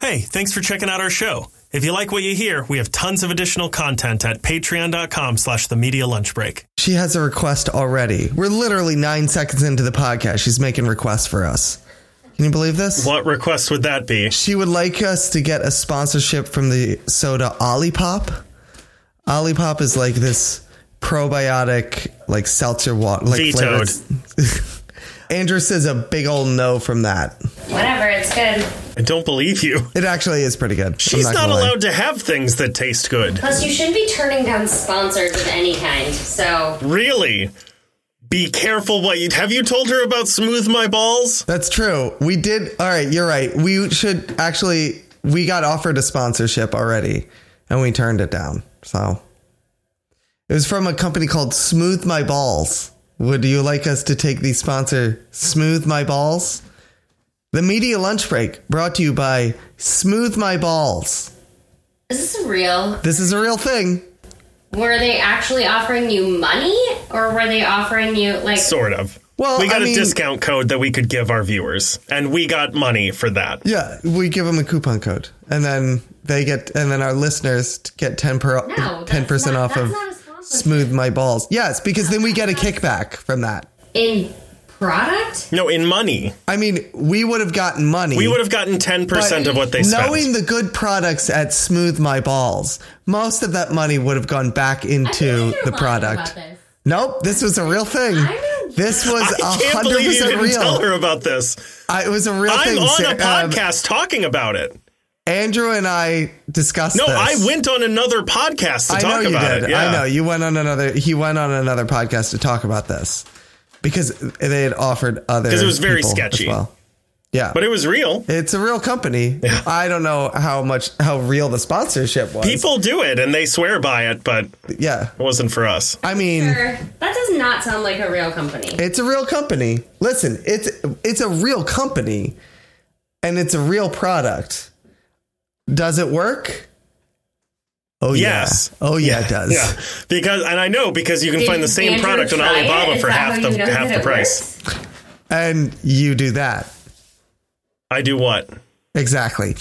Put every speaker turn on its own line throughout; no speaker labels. Hey, thanks for checking out our show. If you like what you hear, we have tons of additional content at patreon.com slash the media lunch break.
She has a request already. We're literally nine seconds into the podcast. She's making requests for us. Can you believe this?
What request would that be?
She would like us to get a sponsorship from the soda Olipop. Olipop is like this probiotic, like seltzer water. Like
Vetoed.
flavored- Andrew says a big old no from that.
Whatever, it's good.
I don't believe you.
It actually is pretty good. I'm
She's not,
gonna lie.
allowed to have things that taste good.
Plus, you shouldn't be turning down sponsors of any kind. So,
Really? Be careful what you have you told her about smooth my balls?
That's true. We did. All right, you're right. We should actually. We got offered a sponsorship already, and we turned it down. So it was from a company called Smooth My Balls. Would you like us to take the sponsor Smooth My Balls? The media lunch break brought to you by Smooth My Balls.
is this real?
This is a real thing.
Were they actually offering you money, or were they offering you like?
Sort of.
Well,
we got
I mean-
a discount code that we could give our viewers, and we got money for that.
Yeah, we give them a coupon code, and then they get, and then our listeners get ten per
No, that's
ten percent
not-
off
that's
of
not a sponsorship.
smooth my balls. Yes, because then we get a kickback from that.
in product?
No, in money.
I mean, we would have gotten money.
We would have gotten 10%
Mm. but
of what they spent.
Knowing the good products at Smooth My Balls, most of that money would have gone back into the product. Nope, this was a real thing.
I'm-
This was a
I can't
hundred
believe you
percent
didn't tell
real.
her about this.
I, it was a real
I'm
thing.
on
Sa-
a
um,
podcast talking about it.
Andrew and I discussed.
No,
this.
I went on another podcast to
I
talk
know you
about
did.
it. Yeah.
I know you went on another. He went on another podcast to talk about this because they had offered other. Because
it was very sketchy.
well. Yeah,
But it was real.
it's a real company. I don't know how much how real the sponsorship was.
People do it and they swear by it, but it
yeah.
wasn't for us.
I mean,
Sure. That does not sound like a real company.
it's a real company. Listen, it's it's a real company, and it's a real product. Does it work? Oh
Yes.
yeah. Oh yeah, it does.
Yeah, because and I know because you can
Did
find the same
Andrew
product on
try it?
Alibaba
Is
for
that
half
how you
the
know
half
that
the
it
price.
works?
And you do that
I do what?
exactly.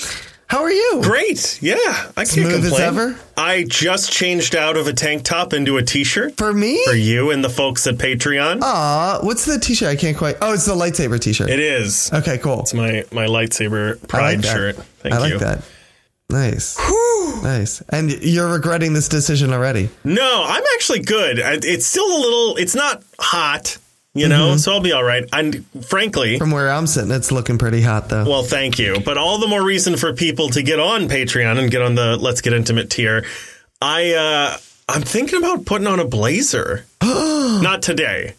How are you?
Great. Yeah, I can't
Smooth as
complain.
ever?
I just changed out of a tank top into a t-shirt
For me?
for you and the folks at
Oh.
Patreon.
Aw, what's the t shirt? I can't quite. Oh, it's the lightsaber t shirt.
It is
Okay, cool.
my my lightsaber
I like
pride
that.
shirt. Thank
I like
you.
that. Nice. Nice. And you're regretting this decision already.
No, I'm actually good. I- It's still a little. It's not hot, you know,
Mm-hmm.
so I'll be all right. And frankly,
From where I'm sitting, it's looking pretty hot, though.
Well, thank you. But all the more reason for people to get on Patreon and get on the Let's Get Intimate tier. I uh I'm thinking about putting on a blazer. Not today.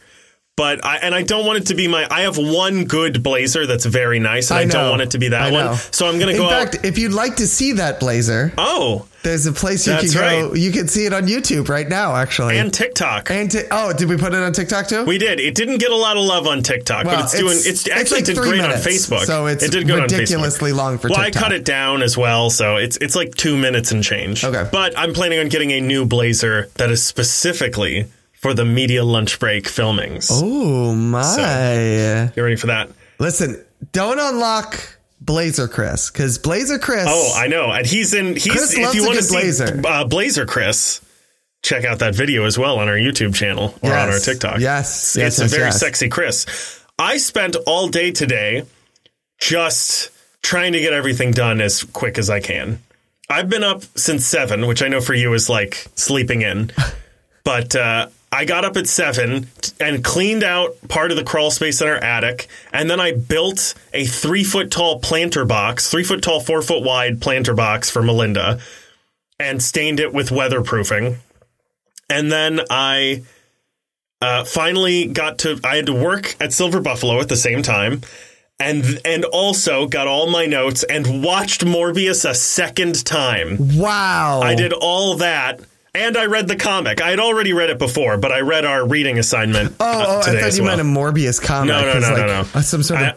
But I and I don't want it to be my I have one good blazer that's very nice and I, don't
know.
want it to be that
I know.
one. So I'm going to
In
go
fact,
out
if you'd like to see that blazer,
Oh,
there's a place you can
That's
go.
right.
You can see it on YouTube right now, actually.
and TikTok.
And ti- oh, did we put it on TikTok too?
we did. It didn't get a lot of love on TikTok,
Well,
but it's doing.
it's-
It's,
it's
actually
like
did
three
great
minutes,
on Facebook.
so it's
it did good on Facebook.
ridiculously long for
well,
TikTok.
I cut it down as well, so it's it's like two minutes and change.
Okay.
but I'm planning on getting a new blazer that is specifically for the media lunch break filmings.
oh, my.
You ready for that?
Listen, don't unlock Blazer Chris, because Blazer Chris.
Oh, I know, and he's in. He's
Chris
if
loves
you
a
want to
good
see
blazer.
uh, blazer Chris. Check out that video as well on our YouTube channel or on
Yes.
our TikTok.
Yes,
it's
yes,
a
yes,
very
yes.
sexy Chris. I spent all day today just trying to get everything done as quick as I can. I've been up since seven, which I know for you is like sleeping in, but uh, I got up at seven t- and cleaned out part of the crawl space in our attic, and then I built a three foot tall planter box, three foot tall, four foot wide planter box for Melinda, and stained it with weatherproofing, and then I uh, finally got to I had to work at Silver Buffalo at the same time. And, and also got all my notes and watched Morbius a second time.
Wow.
I did all that and I read the comic. I had already read it before, but I read our reading assignment.
Oh, oh I
uh, today
thought
as
you
well.
meant a Morbius comic.
No, no,
as,
no,
like,
no, no.
uh, Some sort
I-
of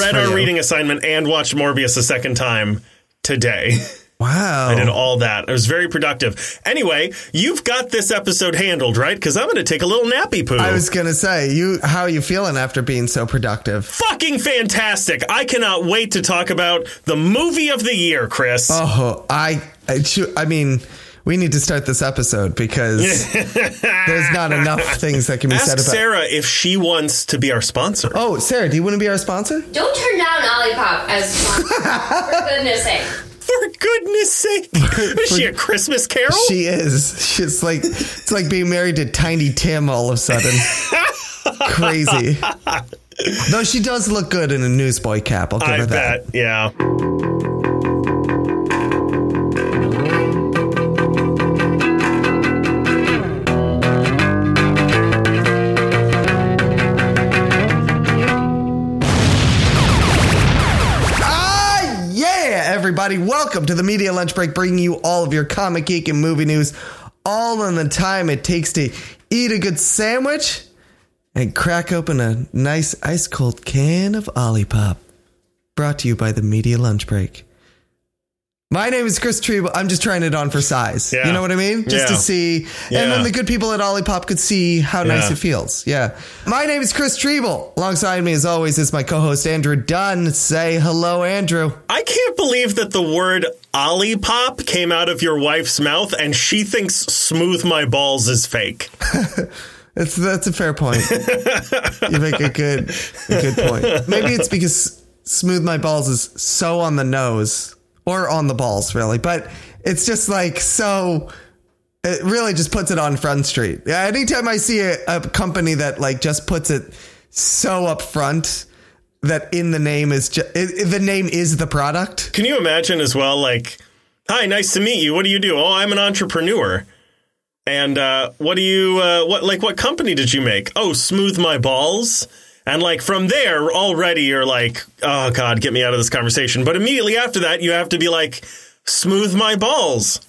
I, I read
for
our
you.
reading assignment and watched Morbius a second time today.
Wow.
I did all that. It was very productive. Anyway, you've got this episode handled, right? Because I'm going to take a little nappy poo.
I was gonna say, you how are you feeling after being so productive?
fucking fantastic. I cannot wait to talk about the movie of the year, Chris.
Oh, I, I, chu- I mean, we need to start this episode because there's not enough things that can be said
Ask
about.
Sarah if she wants to be our sponsor.
Oh, Sarah, do you want to be our sponsor?
Don't turn down Olipop as for goodness sake.
For goodness sake. Is she a Christmas carol?
She is. She's like, it's like being married to Tiny Tim all of a sudden. Crazy. Though she does look good in a newsboy cap. I'll give
I
her that.
bet. Yeah.
Ah, yeah, everybody. Welcome to the Media Lunch Break, bringing you all of your comic geek and movie news, all in the time it takes to eat a good sandwich and crack open a nice ice cold can of Olipop. Brought to you by the Media Lunch Break. My name is Chris Trebo. I'm just trying it on for size.
Yeah.
You know what I mean? Just to
Yeah.
see. And then
Yeah.
the good people at Olipop could see how nice
Yeah.
it feels. Yeah. My name is Chris Treble. Alongside me, as always, is my co host, Andrew Dunn. Say hello, Andrew.
I can't believe that the word Olipop came out of your wife's mouth and she thinks smooth my balls is fake.
That's, that's a fair point. you make a good, a good point. Maybe it's because Smooth My Balls is so on the nose or on the balls, really. But it's just like so. It really just puts it on front street. Yeah, Anytime I see a, a company that like just puts it so up front that in the name is ju- i- i- the name is the product.
Can you imagine as well, like, hi, nice to meet you. What do you do? Oh, I'm an entrepreneur. And uh, what do you, uh, what, like, what company did you make? Oh, smooth my balls. And like from there, already you're like, oh God, get me out of this conversation. But immediately after that, you have to be like, smooth my balls.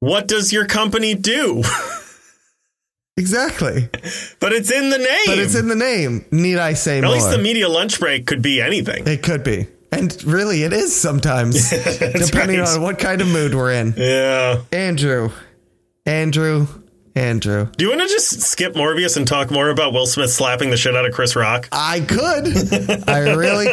What does your company do?
Exactly.
but it's in the name.
But it's in the name. Need I say
At
more?
least the media lunch break could be anything.
It could be. And really, it is sometimes, depending
right.
on what kind of mood we're in.
Yeah.
Andrew, Andrew, Andrew.
Do you want to just skip Morbius and talk more about Will Smith slapping the shit out of Chris Rock?
I could. I really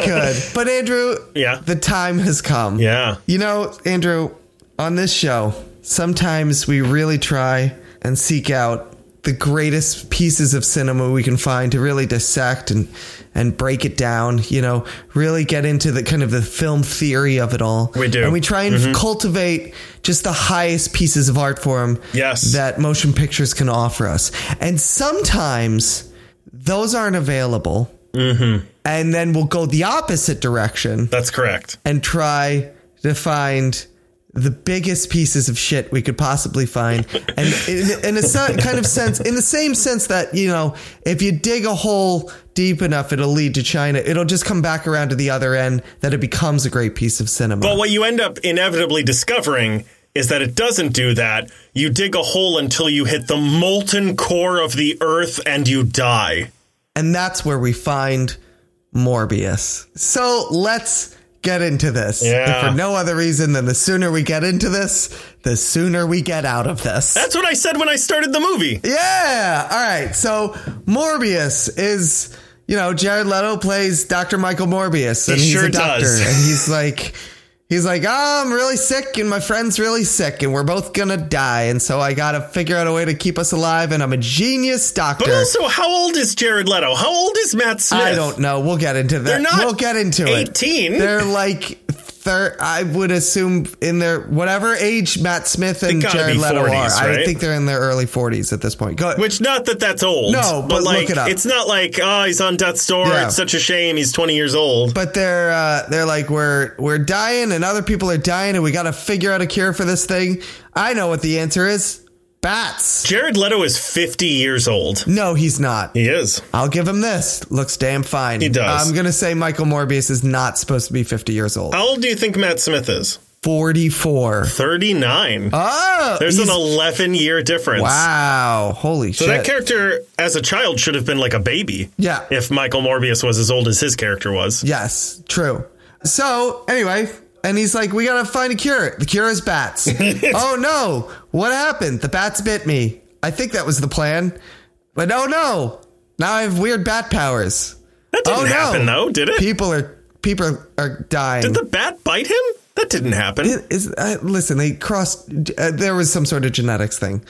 could. But, Andrew,
Yeah.
the time has come.
Yeah.
You know, Andrew, on this show, sometimes we really try and seek out the greatest pieces of cinema we can find to really dissect and and break it down, you know, really get into the kind of the film theory of it all.
We do. Mm-hmm.
And we try and cultivate just the highest pieces of art form
Yes.
that motion pictures can offer us. And sometimes those aren't available.
Mm-hmm.
And then we'll go the opposite direction
That's correct.
and try to find the biggest pieces of shit we could possibly find. And in, in a se- kind of sense, in the same sense that, you know, if you dig a hole deep enough, it'll lead to China. It'll just come back around to the other end that it becomes a great piece of cinema.
But what you end up inevitably discovering is that it doesn't do that. You dig a hole until you hit the molten core of the earth and you die.
and that's where we find Morbius. So let's get into this.
Yeah.
If for no other reason than the sooner we get into this, the sooner we get out of this.
That's what I said when I started the movie.
Yeah. All right. So Morbius is, you know, Jared Leto plays Dr. Michael Morbius, and he's
sure
a doctor,
does.
and he's like. He's like, oh, I'm really sick, and my friend's really sick, and we're both gonna die, and so I gotta figure out a way to keep us alive, and I'm a genius doctor.
But also, how old is Jared Leto? How old is Matt Smith?
I don't know. We'll get into that.
They're not
we'll get into it.
18.
They're like thir- I would assume in their whatever age Matt Smith and
gotta
Jared
be
Leto
40s,
are. I
right?
think they're in their early 40s at this point. Go ahead.
Which, not that that's old.
No, but look
like,
it up.
it's not like, oh, he's on death's door.
Yeah.
It's such a shame. He's 20 years old.
but they're uh, they're like we're we're dying and other people are dying and we got to figure out a cure for this thing. I know what the answer is. Bats.
Jared Leto is 50 years old.
No, he's not.
He is.
I'll give him this. Looks damn fine. He
does.
I'm gonna say Michael Morbius is not supposed to be 50 years old.
How old do you think Matt Smith is?
44.
39.
Oh,
There's an
he's-
11 year difference.
wow. Holy
So
shit.
that character as a child should have been like a baby.
Yeah.
If Michael Morbius was as old as his character was.
Yes, true. So anyway, and he's like, "We gotta find a cure. The cure is bats." oh no! What happened? The bats bit me. I think that was the plan, but oh no! Now I have weird bat powers.
That didn't
Oh, no.
happen though, did it?
People are people are, are dying.
did the bat bite him? That didn't happen.
is uh, listen they crossed uh, there was some sort of genetics thing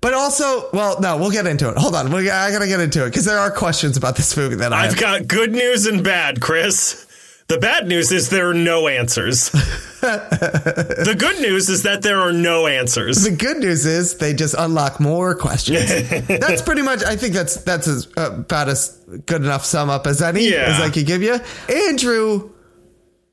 but also well no we'll get into it hold on we, i gotta get into it because there are questions about this movie that i
I've
have.
got good news and bad, Chris. The bad news is there are no answers. the good news is that there are no answers.
the good news is they just unlock more questions that's pretty much i think that's that's as, uh, about as good enough sum up as any
Yeah.
as i could give you andrew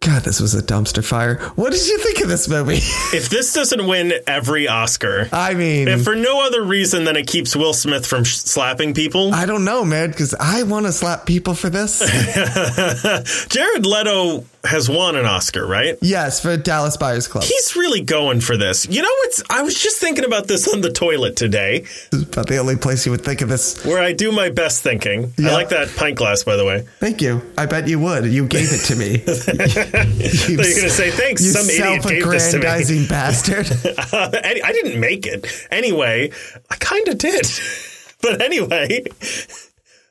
god this was a dumpster fire what did you think of this movie
If this doesn't win every Oscar,
i mean
if for no other reason than it keeps Will Smith from sh- slapping people,
i don't know man because i want to slap people for this
Jared Leto has won an Oscar, right?
yes for dallas buyers club
He's really going for this. You know what's? I was just thinking about this on the toilet today,
about the only place you would think of this
where I do my best thinking. I
Yeah.
like that pint glass, by the way.
Thank you. I bet you would. You gave it to me. you,
So you're going to say thanks. Some idiot gave this to me.
self-aggrandizing bastard.
Uh, any- I didn't make it. Anyway, I kind of did. but anyway,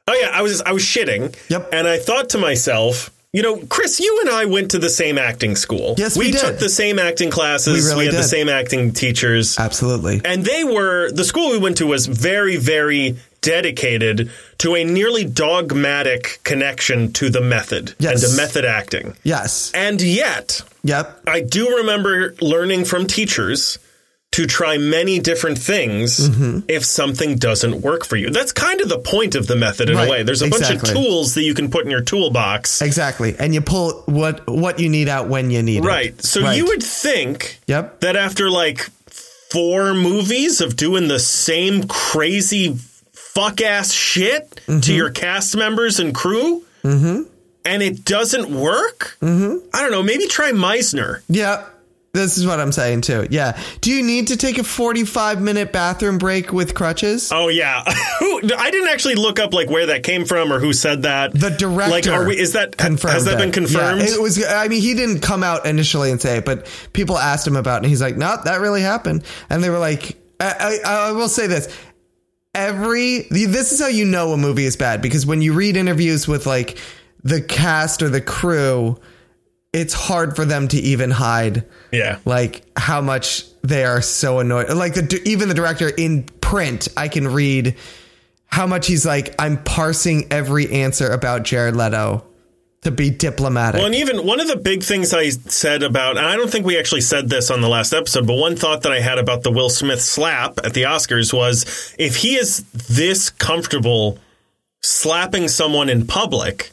oh yeah, I was I was shitting.
Yep.
And I thought to myself, you know, Chris, you and I went to the same acting school.
Yes, we did.
took the same acting classes.
We really
had the
did.
same acting teachers.
Absolutely.
And they were the school we went to was very very dedicated to a nearly dogmatic connection to the method
Yes.
and to method acting.
Yes.
And yet,
Yep.
I do remember learning from teachers to try many different things
Mm-hmm.
if something doesn't work for you. That's kind of the point of the method in
Right,
a way. There's a bunch of
exactly.
tools that you can put in your toolbox.
Exactly. And you pull what what you need out when you need it.
Right. So
Right.
you would think
Yep.
that after like four movies of doing the same crazy fuck ass shit
Mm-hmm.
to your cast members and crew, and it doesn't work,
Mm-hmm.
I don't know, maybe try Meisner.
Yep. This is what I'm saying too. Yeah. Do you need to take a 45 minute bathroom break with crutches?
Oh yeah, who? I didn't actually look up like where that came from or who said that.
The director.
like, are we? Is that
confirmed
has that
it.
been confirmed?
Yeah, it was. I mean, he didn't come out initially and say it, but people asked him about, it, and he's like, "No, that really happened." And they were like, "I, I, I will say this." Every this is how you know a movie is bad because when you read interviews with like the cast or the crew, it's hard for them to even hide
yeah.
like how much they are so annoyed. Like the even the director in print, I can read how much he's like. I'm parsing every answer about Jared Leto to be diplomatic.
Well, and even one of the big things I said about, and I don't think we actually said this on the last episode, but one thought that I had about the Will Smith slap at the Oscars was if he is this comfortable slapping someone in public,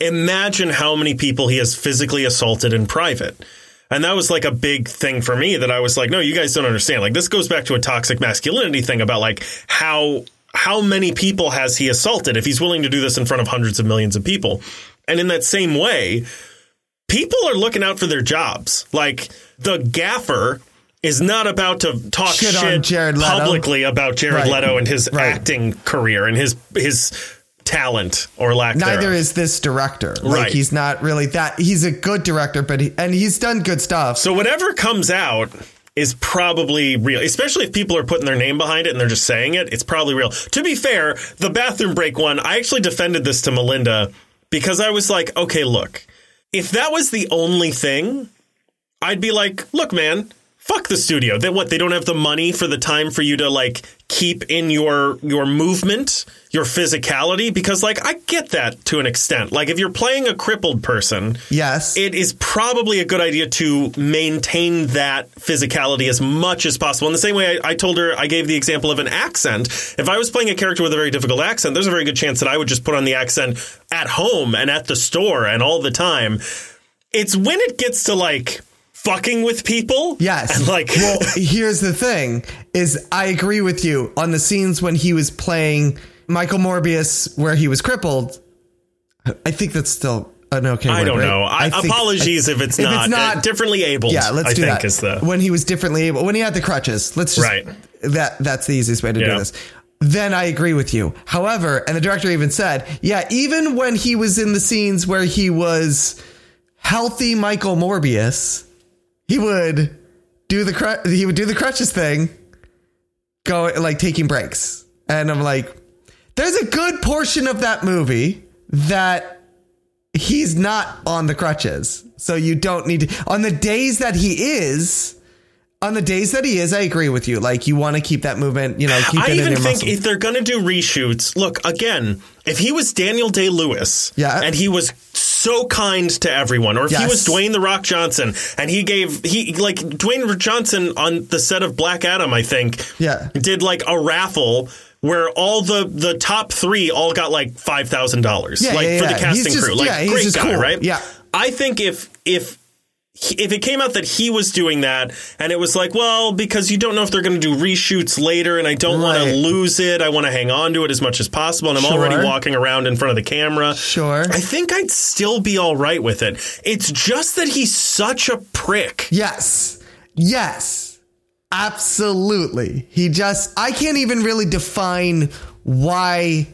imagine how many people he has physically assaulted in private. And that was like a big thing for me that I was like, no, you guys don't understand. Like this goes back to a toxic masculinity thing about like how how many people has he assaulted if he's willing to do this in front of hundreds of millions of people. And in that same way, people are looking out for their jobs. Like the gaffer is not about to talk shit,
Shit on Jared Leto.
publicly about Jared
Right.
Leto and his
Right.
acting career and his his talent or lack
Neither
thereof.
is this director. Like
Right.
he's not really that. He's a good director, but he, and he's done good stuff.
So whatever comes out is probably real, especially if people are putting their name behind it and they're just saying it. It's probably real. To be fair, the bathroom break one, I actually defended this to Melinda because I was like, okay, look, if that was the only thing, I'd be like, look, man, fuck the studio. They what? They don't have the money for the time for you to like keep in your your movement, your physicality. Because like I get that to an extent. Like if you're playing a crippled person,
Yes.
it is probably a good idea to maintain that physicality as much as possible. In the same way, I, I told her I gave the example of an accent. If I was playing a character with a very difficult accent, there's a very good chance that I would just put on the accent at home and at the store and all the time. It's when it gets to like fucking with people,
Yes.
and like
well, here's the thing: is I agree with you on the scenes when he was playing Michael Morbius, where he was crippled. I think that's still an okay.
I
word,
don't
right?
know. I,
think-
apologies if it's
if
not,
It's not
Uh, differently abled.
yeah, let's
I
do
think
that.
is the
when he was differently able, when he had the crutches. Let's just
Right.
that that's the easiest way to
Yeah.
do this. Then I agree with you. However, and the director even said, yeah, even when he was in the scenes where he was healthy Michael Morbius, he would do the cr- he would do the crutches thing, go like taking breaks, and I'm like, there's a good portion of that movie that he's not on the crutches, so you don't need to. On the days that he is, on the days that he is, I agree with you. Like you want to keep that movement, you know, keep
I
it in
even
your
think
muscle.
if they're going to do reshoots, look, again, if he was Daniel Day Lewis
Yeah.
and he was so kind to everyone, or if he
Yes.
was Dwayne The Rock Johnson and he gave, he like Dwayne Johnson on the set of Black Adam, I think,
Yeah.
did like a raffle where all the, the top three all got like $5,000
Yeah,
like
yeah,
for
yeah.
the casting
He's just-
crew. Like,
yeah, he's
great
just
guy,
cool.
right?
Yeah.
I think if, if, if it came out that he was doing that and it was like, well, because you don't know if they're going to do reshoots later and I don't want
Right.
to lose it. I want to hang on to it as much as possible. And I'm
Sure.
already walking around in front of the camera.
Sure.
I think I'd still be all right with it. It's just that he's such a prick.
Yes. Yes. Absolutely. He just I can't even really define why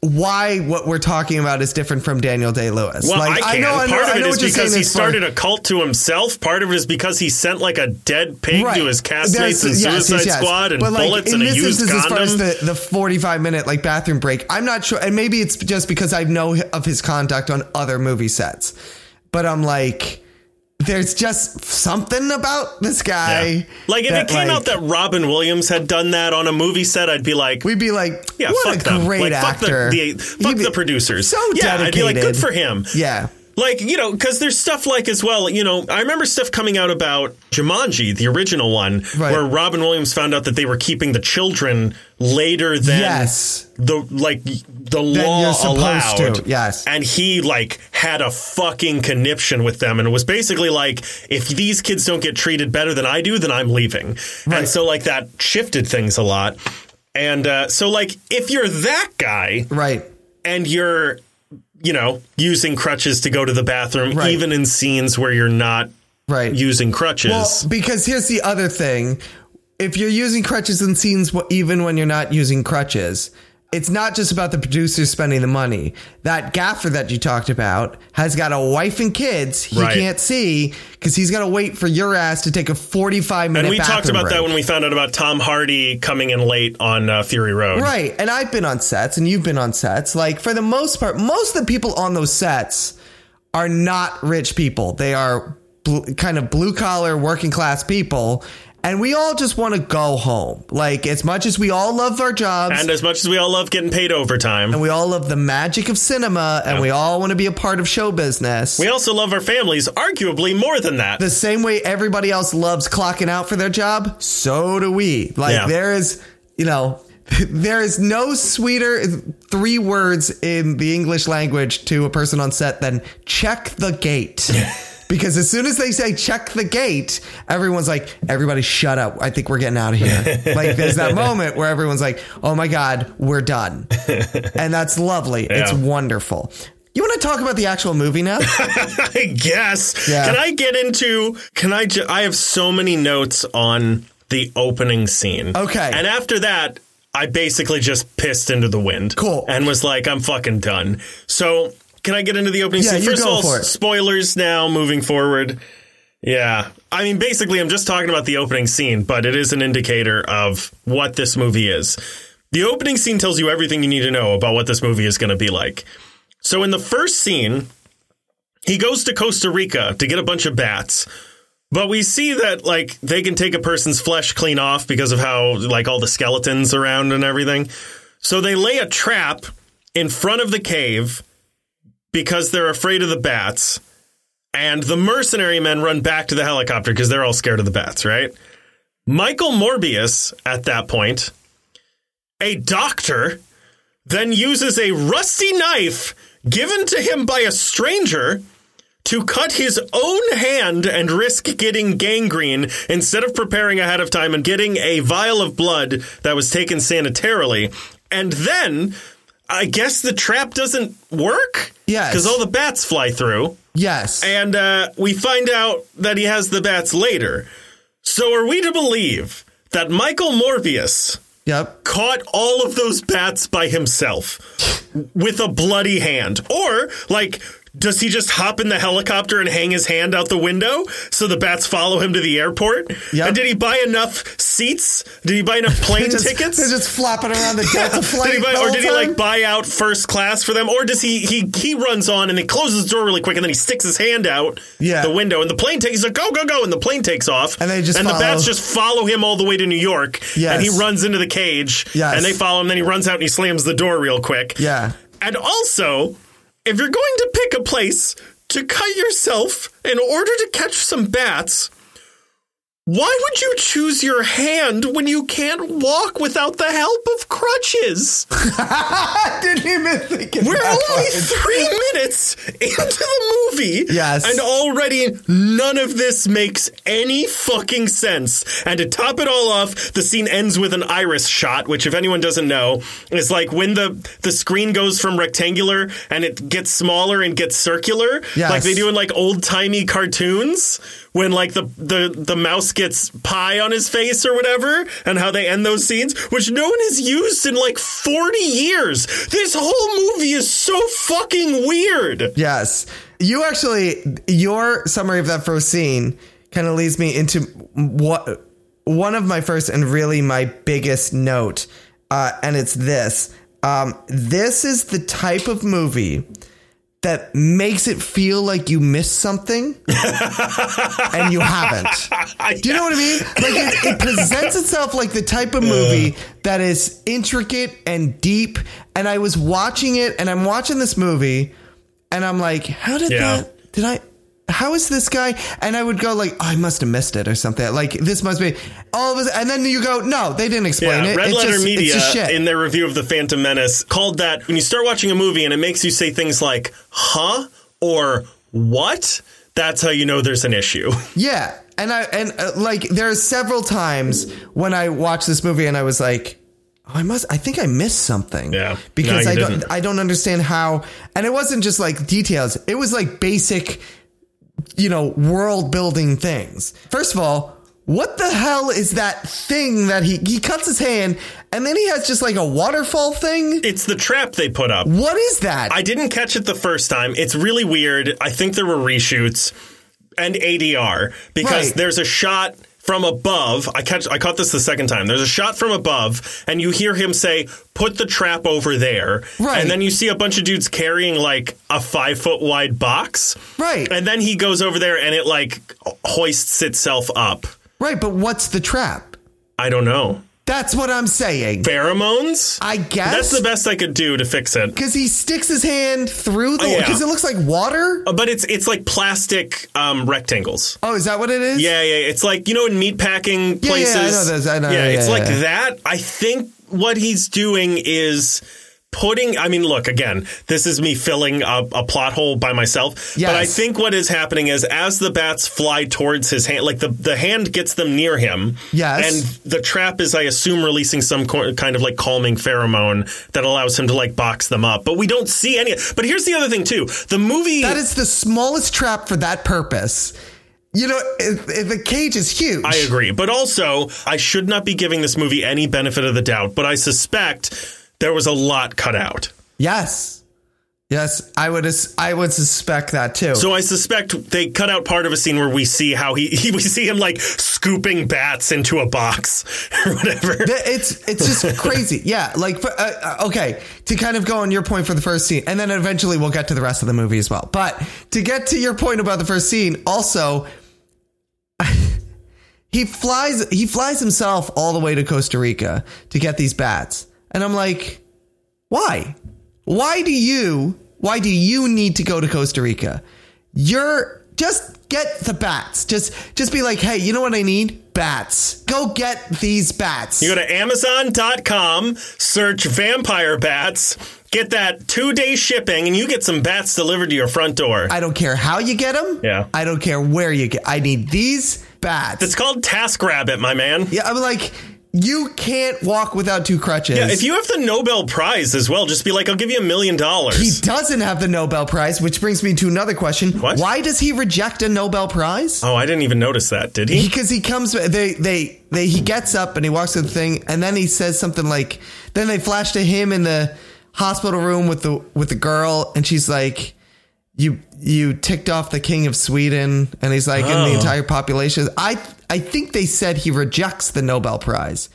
why what we're talking about is different from Daniel Day-Lewis.
Well, I can. not Part of it is
what you're
because
saying
he
as far-
started a cult to himself. Part of it is because he sent like a dead pig
Right.
to his
That's-
castmates and
yes, yes,
Suicide
yes.
Squad and
But, like,
bullets
in
and a
this
used
instance,
condom.
As far as the, the 45 minute like bathroom break, I'm not sure. And maybe it's just because I know of his conduct on other movie sets, but I'm like, there's just something about this guy.
Yeah. Like if it
that,
came
like,
out that Robin Williams had done that on a movie set, I'd be like,
We'd be like,
yeah,
what
fuck
a
them.
great
like,
actor.
Fuck the, the, fuck
He'd be
the producers.
So
yeah,
dedicated.
I'd be like, good for him.
Yeah.
Like, you know, because there's stuff like as well, you know, I remember stuff coming out about Jumanji, the original one,
Right.
where Robin Williams found out that they were keeping the children later than
Yes.
the like the
you're
law
supposed
allowed.
to, yes.
And he like had a fucking conniption with them and was basically like, if these kids don't get treated better than I do, then I'm leaving. And so like that shifted things a lot. And uh, so like if you're that guy,
Right.
and you're you know using crutches to go to the bathroom
Right.
even in scenes where you're not
Right.
using crutches
Well, because here's the other thing. If you're using crutches in scenes, wh- even when you're not using crutches, it's not just about the producers spending the money. That gaffer that you talked about has got a wife and kids he
Right.
can't see because he's got to wait for your ass to take a 45 minute
and we talked
bathroom
about that
break.
when we found out about Tom Hardy coming in late on uh, Fury Road
Right. And I've been on sets and you've been on sets. Like for the most part, most of the people on those sets are not rich people. They are bl- kind of blue collar working class people. And we all just want to go home. Like as much as we all love our jobs
and as much as we all love getting paid overtime
and we all love the magic of cinema and we all want to be a part of show business.
we also love our families arguably more than that
the same way everybody else loves clocking out for their job, so do we. Like
Yeah.
there is, you know, there is no sweeter three words in the English language to a person on set than check the gate. because as soon as they say check the gate, everyone's like, everybody shut up. I think we're getting out of here. like there's that moment where everyone's like, oh my God, we're done. and that's lovely. It's
Yeah.
wonderful. You want to talk about the actual movie now?
I guess
Yeah.
can I get into can I ju- I have so many notes on the opening scene
Okay.
and after that I basically just pissed into the wind
Cool.
and was like I'm fucking done so can I get into the opening
Yeah,
scene
you
first
go
of all
for it.
spoilers now moving forward yeah I mean basically I'm just talking about the opening scene but it is an indicator of what this movie is the opening scene tells you everything you need to know about what this movie is going to be like so in the first scene, he goes to Costa Rica to get a bunch of bats. But we see that like they can take a person's flesh clean off because of how like all the skeletons around and everything. So they lay a trap in front of the cave because they're afraid of the bats. And the mercenary men run back to the helicopter because they're all scared of the bats, right? Michael Morbius at that point, a doctor then uses a rusty knife given to him by a stranger to cut his own hand and risk getting gangrene instead of preparing ahead of time and getting a vial of blood that was taken sanitarily. And then I guess the trap doesn't work.
Yes.
Because all the bats fly through.
yes.
And uh, we find out that he has the bats later. So are we to believe that Michael Morbius
yep.
caught all of those bats by himself with a bloody hand or like Does he just hop in the helicopter and hang his hand out the window so the bats follow him to the airport?
Yep.
And did he buy enough seats? Did he buy enough plane
They're just,
tickets?
They're just flopping around the Delta flight.
Did he buy,
the
or
whole
did he
time?
like buy out first class for them? Or does he he he runs on and then closes the door really quick and then he sticks his hand out
Yeah.
the window and the plane takes he's like go go go and the plane takes off
And they just
and the
follow.
bats just follow him all the way to New York
Yes.
and he runs into the cage
Yes.
and they follow him then he runs out and he slams the door real quick
Yeah.
and also if you're going to pick a place to cut yourself in order to catch some bats. Why would you choose your hand when you can't walk without the help of crutches?
I didn't even think of
We're
that
only
one.
three minutes into the movie.
Yes.
And already none of this makes any fucking sense. And to top it all off, the scene ends with an iris shot, which if anyone doesn't know, is like when the, the screen goes from rectangular and it gets smaller and gets circular.
Yes.
Like they do in like old timey cartoons when like the, the, the mouse gets pie on his face or whatever and how they end those scenes, which no one has used in like 40 years. This whole movie is so fucking weird.
Yes. You actually, your summary of that first scene kind of leads me into what one of my first and really my biggest note, uh, and it's this. Um, this is the type of movie that makes it feel like you missed something and you haven't. Do you know what I mean? Like it, it presents itself like the type of movie that is intricate and deep. And I was watching it, and I'm watching this movie, and I'm like, how did
Yeah.
that? Did I? How is this guy? And I would go like, oh, I must have missed it or something. Like this must be all of us. And then you go, no, they didn't explain
Yeah,
it.
Red
it's
Letter
just, it's
Media
just shit.
in their review of The Phantom Menace called that when you start watching a movie and it makes you say things like "huh" or "what," that's how you know there's an issue.
Yeah, and I and uh, like there are several times when I watched this movie and I was like, oh, I must, I think I missed something.
Yeah.
because
No,
I
you
don't,
didn't.
I don't understand how. And it wasn't just like details; it was like basic, you know, world building things. First of all. What the hell is that thing that he he cuts his hand and then he has just like a waterfall thing?
It's the trap they put up.
What is that?
I didn't catch it the first time. It's really weird. I think there were reshoots and ADR because
Right.
there's a shot from above. I catch I caught this the second time. There's a shot from above and you hear him say, "Put the trap over there."
Right.
And then you see a bunch of dudes carrying like a 5-foot wide box.
Right.
And then he goes over there and it like hoists itself up.
right, but what's the trap?
I don't know.
That's what I'm saying.
Pheromones?
I guess
That's the best I could do to fix it.
Because he sticks his hand through the
Oh, yeah.
because it looks like water.
Uh, But it's it's like plastic um, rectangles.
Oh, is that what it is?
Yeah, yeah. It's like you know in meatpacking
Yeah,
places.
yeah, I know those. I know,
Yeah,
yeah,
it's
yeah,
like
yeah.
that. I think what he's doing is putting. I mean, look again. This is me filling a, a plot hole by myself. But I
Yes.
think what is happening is as the bats fly towards his hand, like the the hand gets them near him.
Yes.
And the trap is, I assume, releasing some co- kind of like calming pheromone that allows him to like box them up. But we don't see any. But here's the other thing too. The movie
That is the smallest trap for that purpose. You know, it, it- the cage is huge.
I agree. But also, I should not be giving this movie any benefit of the doubt, but I suspect there was a lot cut out.
Yes, yes, I would. as- I would suspect that too.
So I suspect they cut out part of a scene where we see how he, he we see him like scooping bats into a box or whatever.
Th- it's it's just crazy. Yeah, like for, uh, uh, okay, to kind of go on your point for the first scene, and then eventually we'll get to the rest of the movie as well. But to get to your point about the first scene, also. He flies. He flies himself all the way to Costa Rica to get these bats, and I'm like, why? Why do you? Why do you need to go to Costa Rica? You're just get the bats. Just just be like, hey, you know what I need? Bats. Go get these bats.
You go to Amazon.com, search vampire bats, get that two day shipping, and you get some bats delivered to your front door.
I don't care how you get them.
Yeah.
I don't care where you get. I need these bats.
it's called Task Rabbit, my man.
yeah, I'm like, you can't walk without two crutches.
If you have the Nobel Prize as well, just be like, I'll give you a million dollars.
he doesn't have the Nobel Prize, which brings me to another question.
What?
Why does he reject a Nobel Prize?
Oh, I didn't even notice that, did he?
because he comes they, they they he gets up and he walks to the thing and then he says something like then they flash to him in the hospital room with the with the girl and she's like you you ticked off the king of Sweden, and he's like, and
Oh.
the entire population. I I think they said he rejects the Nobel Prize.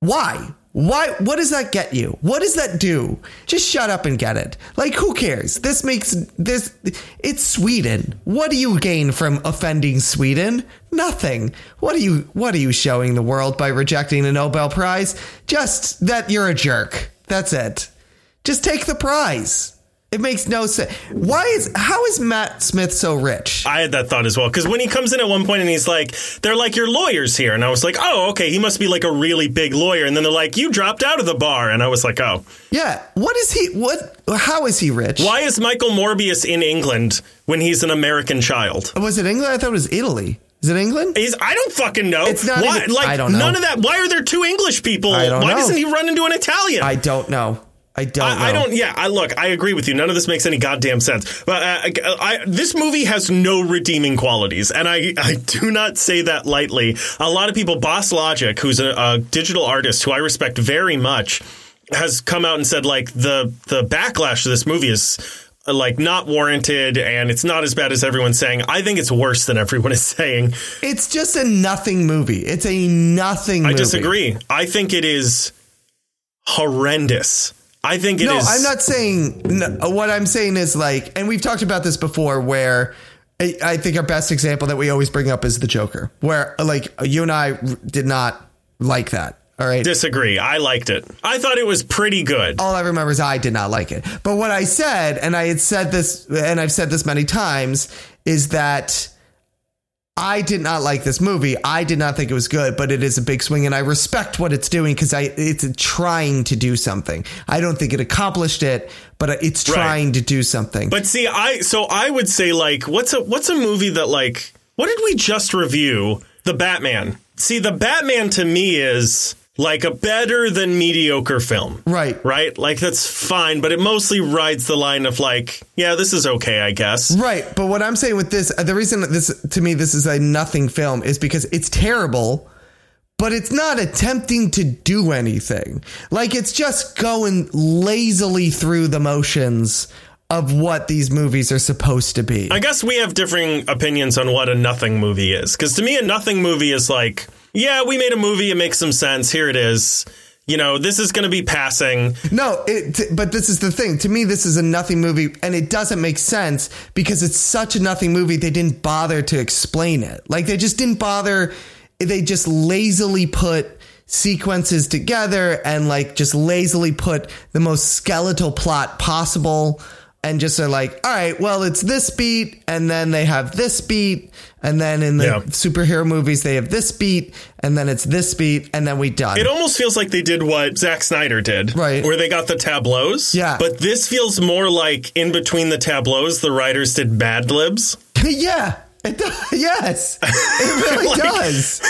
Why? Why? What does that get you? What does that do? Just shut up and get it. Like, who cares? This makes this. It's Sweden. What do you gain from offending Sweden? Nothing. What are you? What are you showing the world by rejecting the Nobel Prize? Just that you're a jerk. That's it. Just take the prize. It makes no sense. Why is how is Matt Smith so rich?
I had that thought as well because when he comes in at one point and he's like, "They're like your lawyers here," and I was like, "Oh, okay, he must be like a really big lawyer." And then they're like, "You dropped out of the bar," and I was like, "Oh,
Yeah. What is he? What? How is he rich?
why is Michael Morbius in England when he's an American child?"
Was it England? I thought it was Italy. Is it England?
He's, I don't fucking know.
It's not
why,
even-
like
I don't know.
none of that. Why are there two English people?
I don't
why
know.
doesn't he run into an Italian?
I don't know. I don't know.
I don't. Yeah, I look. I agree with you. None of this makes any goddamn sense. But uh, I, I, this movie has no redeeming qualities, and I, I do not say that lightly. A lot of people, Boss Logic, who's a, a digital artist who I respect very much, has come out and said like the the backlash to this movie is uh, like not warranted, and it's not as bad as everyone's saying. I think it's worse than everyone is saying.
It's just a nothing movie. It's a nothing
I
movie.
disagree. I think it is horrendous. I think it
No,
is-
I'm not saying. No, what I'm saying is like, and we've talked about this before, where I, I think our best example that we always bring up is the Joker, where uh, like you and I did not like that. All right.
Disagree. I liked it. I thought it was pretty good.
all I remember is I did not like it. But what I said, and I had said this, and I've said this many times, is that I did not like this movie. I did not think it was good, but it is a big swing, and I respect what it's doing because I it's trying to do something. I don't think it accomplished it, but it's
Right.
trying to do something.
But see, I so I would say like what's a what's a movie that like what did we just review? The Batman. See, The Batman to me is like a better than mediocre film.
right, right,
Right? Like that's fine, but it mostly rides the line of like, yeah, this is okay, I guess.
But what I'm saying with this, uh, the reason that this to me this is a nothing film is because it's terrible. but it's not attempting to do anything. Like it's just going lazily through the motions of what these movies are supposed to be.
I guess we have differing opinions on what a nothing movie is. Because to me, a nothing movie is like, yeah, we made a movie, it makes some sense. Here it is. You know, this is going to be passing.
no, it, t- but this is the thing. To me, this is a nothing movie, and it doesn't make sense because it's such a nothing movie. They didn't bother to explain it. Like they just didn't bother. They just lazily put sequences together and like just lazily put the most skeletal plot possible. and just are like, all right, well, it's this beat, and then they have this beat, and then in the
Yeah.
superhero movies they have this beat, and then it's this beat, and then we done.
It almost feels like they did what Zack Snyder did,
Right.
Where they got the tableaus.
Yeah.
But this feels more like in between the tableaus, the writers did Mad Libs.
yeah, it does. Yes, it really
Like-
does.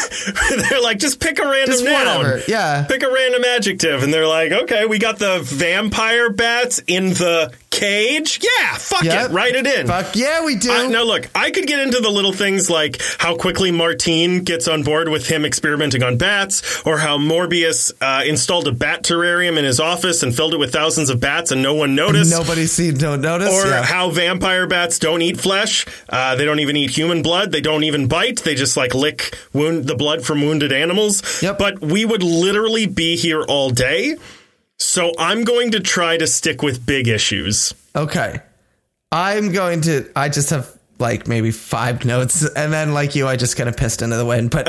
they're like, just pick a random
Just
noun.
whatever. Yeah.
Pick a random adjective, and they're like, okay, we got the vampire bats in the cage. Yeah, fuck it,
Yep.
write it in.
Fuck yeah, we do.
I, now look, I could get into the little things like how quickly Martine gets on board with him experimenting on bats, or how Morbius uh, installed a bat terrarium in his office and filled it with thousands of bats and no one noticed.
Nobody's seen, don't notice.
Or
yeah.
how vampire bats don't eat flesh. Uh, they don't even eat human blood. They don't even bite. They just like lick wound the blood from wounded animals.
Yep.
But we would literally be here all day. So I'm going to try to stick with big issues.
Okay. I'm going to I just have like maybe five notes and then like you I just kind of pissed into the wind, but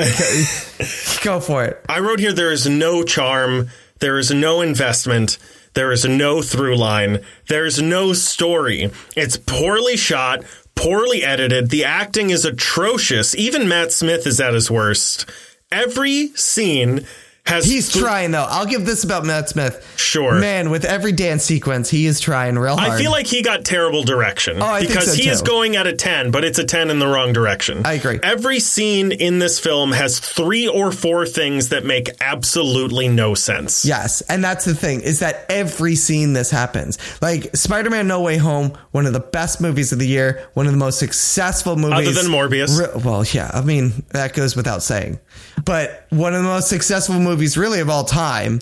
go for it.
I wrote here there is no charm, there is no investment, there is no through line, there's no story. It's poorly shot, poorly edited, the acting is atrocious. Even Matt Smith is at his worst. Every scene has
He's
th-
trying though. I'll give this about Matt Smith.
Sure.
Man, with every dance sequence, he is trying real hard.
I feel like he got terrible direction
Oh, I think
because
so,
he
too.
is going at a 10, but it's a 10 in the wrong direction.
I agree.
Every scene in this film has three or four things that make absolutely no sense.
Yes, and that's the thing is that every scene this happens. Like Spider-Man: No Way Home, one of the best movies of the year, one of the most successful movies.
than Morbius.
Re- well, yeah, I mean that goes without saying, but one of the most successful movies really of all time,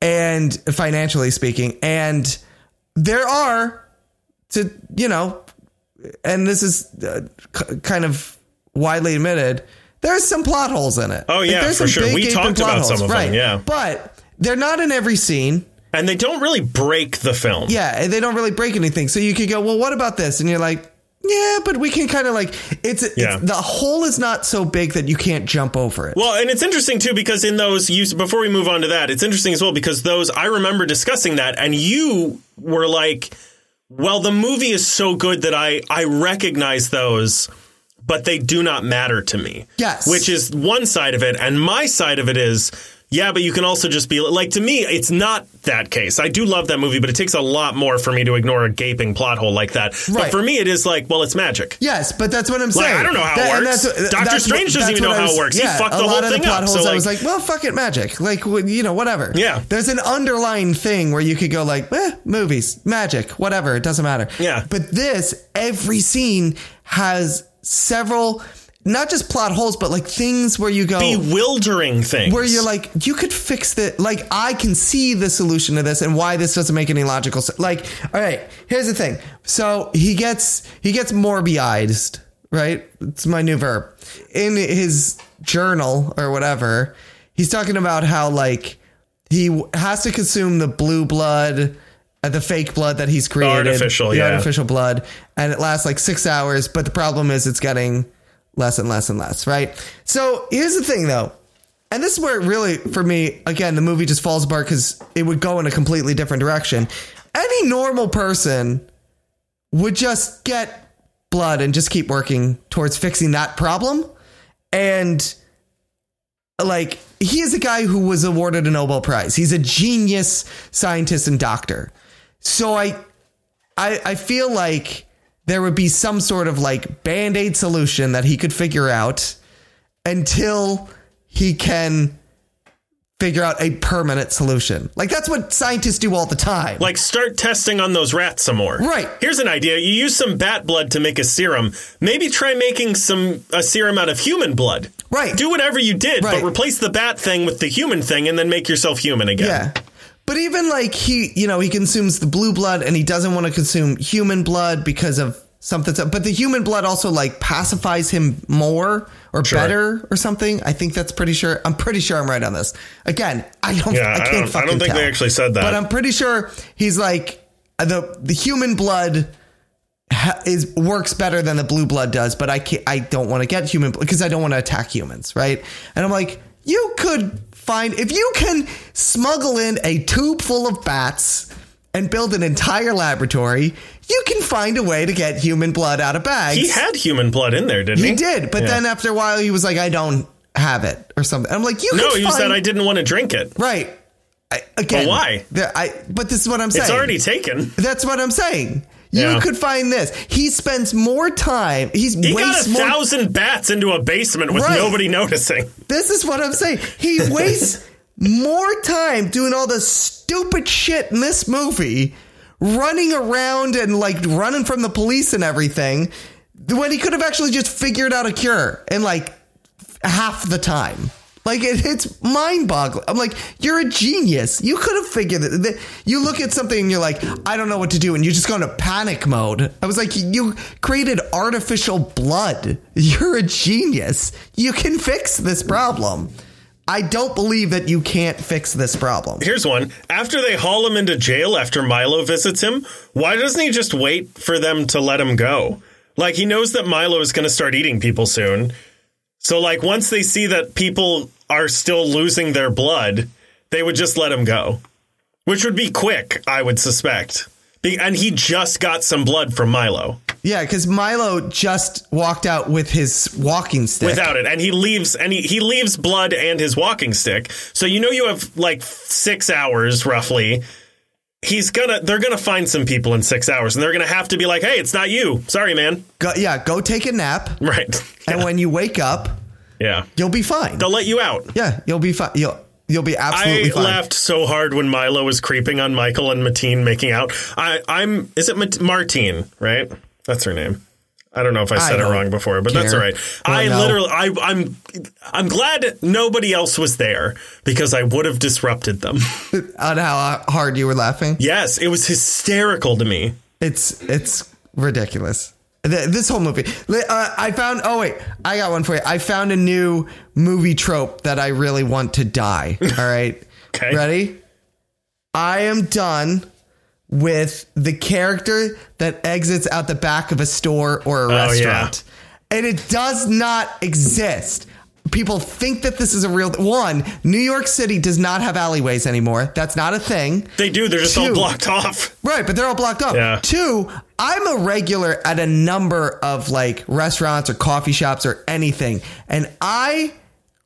and financially speaking, and there are to you know and this is uh, k- kind of widely admitted, there's some plot holes in it.
Oh, yeah,
there's
for sure. We
gaping
talked
plot
about some of them,
right.
yeah.
but they're not in every scene.
And they don't really break the film.
Yeah, and they don't really break anything. So you could go, well, what about this? And you're like, yeah, but we can kind of like it's, it's-
Yeah.
the hole is not so big that you can't jump over it.
Well, and it's interesting too because in those you before we move on to that, it's interesting as well because those I remember discussing that and you were like, "Well, the movie is so good that I I recognize those, but they do not matter to me."
Yes.
Which is one side of it and my side of it is yeah, but you can also just be like to me it's not that case. I do love that movie, but it takes a lot more for me to ignore a gaping plot hole like that. But
Right.
for me it is like, well, it's magic.
Yes, but that's what I'm
Like,
saying.
I don't know how it
and
works.
that's-
Dr.
that's
Strange doesn't
what- that's
even
what
know
I
how it works. He fucked the
a
whole
lot of
thing
the plot
up, so,
holes, I
like-
was like, well, fuck it, magic. Like, wh- you know, whatever.
Yeah.
There's an underlying thing where you could go like, eh, movies, magic, whatever. It doesn't matter.
Yeah.
But this, every scene has several, not just plot holes, but like things where you go.
Bewildering things.
Oh. where you're like, you could fix that. Like, I can see the solution to this and why this doesn't make any logical sense. Like, all right, here's the thing. So he gets he gets morbiized, right? It's my new verb. In his journal or whatever, he's talking about how like he w- has to consume the blue blood. uh, The fake blood that he's created,
Artificial,
the
yeah.
artificial blood, and it lasts like six hours. But the problem is, it's getting less and less and less, right? So here's the thing, though. And this is where it really, for me, again, the movie just falls apart because it would go in a completely different direction. Any normal person would just get blood and just keep working towards fixing that problem. And like, he is a guy who was awarded a Nobel Prize. He's a genius scientist and doctor. So I, I, I feel like there would be some sort of like band aid solution that he could figure out until he can figure out a permanent solution. Like that's what scientists do all the time.
Like, start testing on those rats some more.
Right.
Here's an idea. You use some bat blood to make a serum. Maybe try making some a serum out of human blood.
Right.
Do whatever you did,
Right.
but replace the bat thing with the human thing and then make yourself human again.
yeah. But even like he, you know, he consumes the blue blood and he doesn't want to consume human blood because of something. But the human blood also like pacifies him more or
Sure.
better or something. I think that's pretty sure. I'm pretty sure I'm right on this. Again, I don't.
Yeah,
I
I
can't
don't- I
fucking
don't think
tell.
they actually said that.
But I'm pretty sure he's like the the human blood ha- is works better than the blue blood does, but I can't, I don't want to get human because I don't want to attack humans, right? And I'm like, you could find if you can smuggle in a tube full of bats and build an entire laboratory, you can find a way to get human blood out of bags.
He had human blood in there, didn't he?
He did, but
Yeah.
then uh, after a while, he was like, I don't have it or something. I'm like, you
No,
could
he
find,
said I didn't want to drink it.
right. I, again,
But why?
There, I, but this is what I'm saying.
It's already taken.
That's what I'm saying. You
Yeah.
could find this. He spends more time. He's
He got
wastes
a
more.
thousand bats into a basement with
Right.
nobody noticing.
This is what I'm saying. He wastes more time doing all the stupid shit in this movie, running around and like running from the police and everything, when he could have actually just figured out a cure in like half the time. Like it, it's mind boggling. I'm like, you're a genius. You could have figured it. th- You look at something and you're like, I don't know what to do, and you just go into panic mode. I was like, you created artificial blood. You're a genius. You can fix this problem. I don't believe that you can't fix this problem.
Here's one. After they haul him into jail after Milo visits him, why doesn't he just wait for them to let him go? Like he knows that Milo is going to start eating people soon. So like once they see that people are still losing their blood, they would just let him go. Which would be quick, I would suspect. Be- and he just got some blood from Milo
Yeah, because Milo just walked out with his walking stick.
without it. And he leaves and he, he leaves blood and his walking stick. So you know you have like six hours roughly. He's gonna they're gonna find some people in six hours and they're gonna have to be like, hey, it's not you. Sorry, man.
go, yeah, go take a nap,
Right.
and when you wake up,
Yeah.
you'll be fine.
They'll let you out.
Yeah, you'll be fine. You'll you'll be absolutely
I
fine.
laughed so hard when Milo was creeping on Michael and Mateen making out. I, I'm is it Mat- Martine, right? That's her name. I don't know if I said it
don't
wrong before, but that's all
care.
right.
Well,
I
no.
literally, I, I'm, I'm glad nobody else was there because I would have disrupted them.
on how hard you were laughing.
yes, it was hysterical to me.
It's it's ridiculous. Th- This whole movie. Li- Uh, I found. Oh wait, I got one for you. I found a new movie trope that I really want to die. All right,
Okay.
ready? I am done with the character that exits out the back of a store or a
Oh, yeah.
restaurant, and it does not exist. People think that this is a real one. New York City does not have alleyways anymore. That's not a thing.
They do. They're just all
Two.
blocked off.
Right, but they're all blocked up.
Yeah.
Two, I'm a regular at a number of like restaurants or coffee shops or anything, and I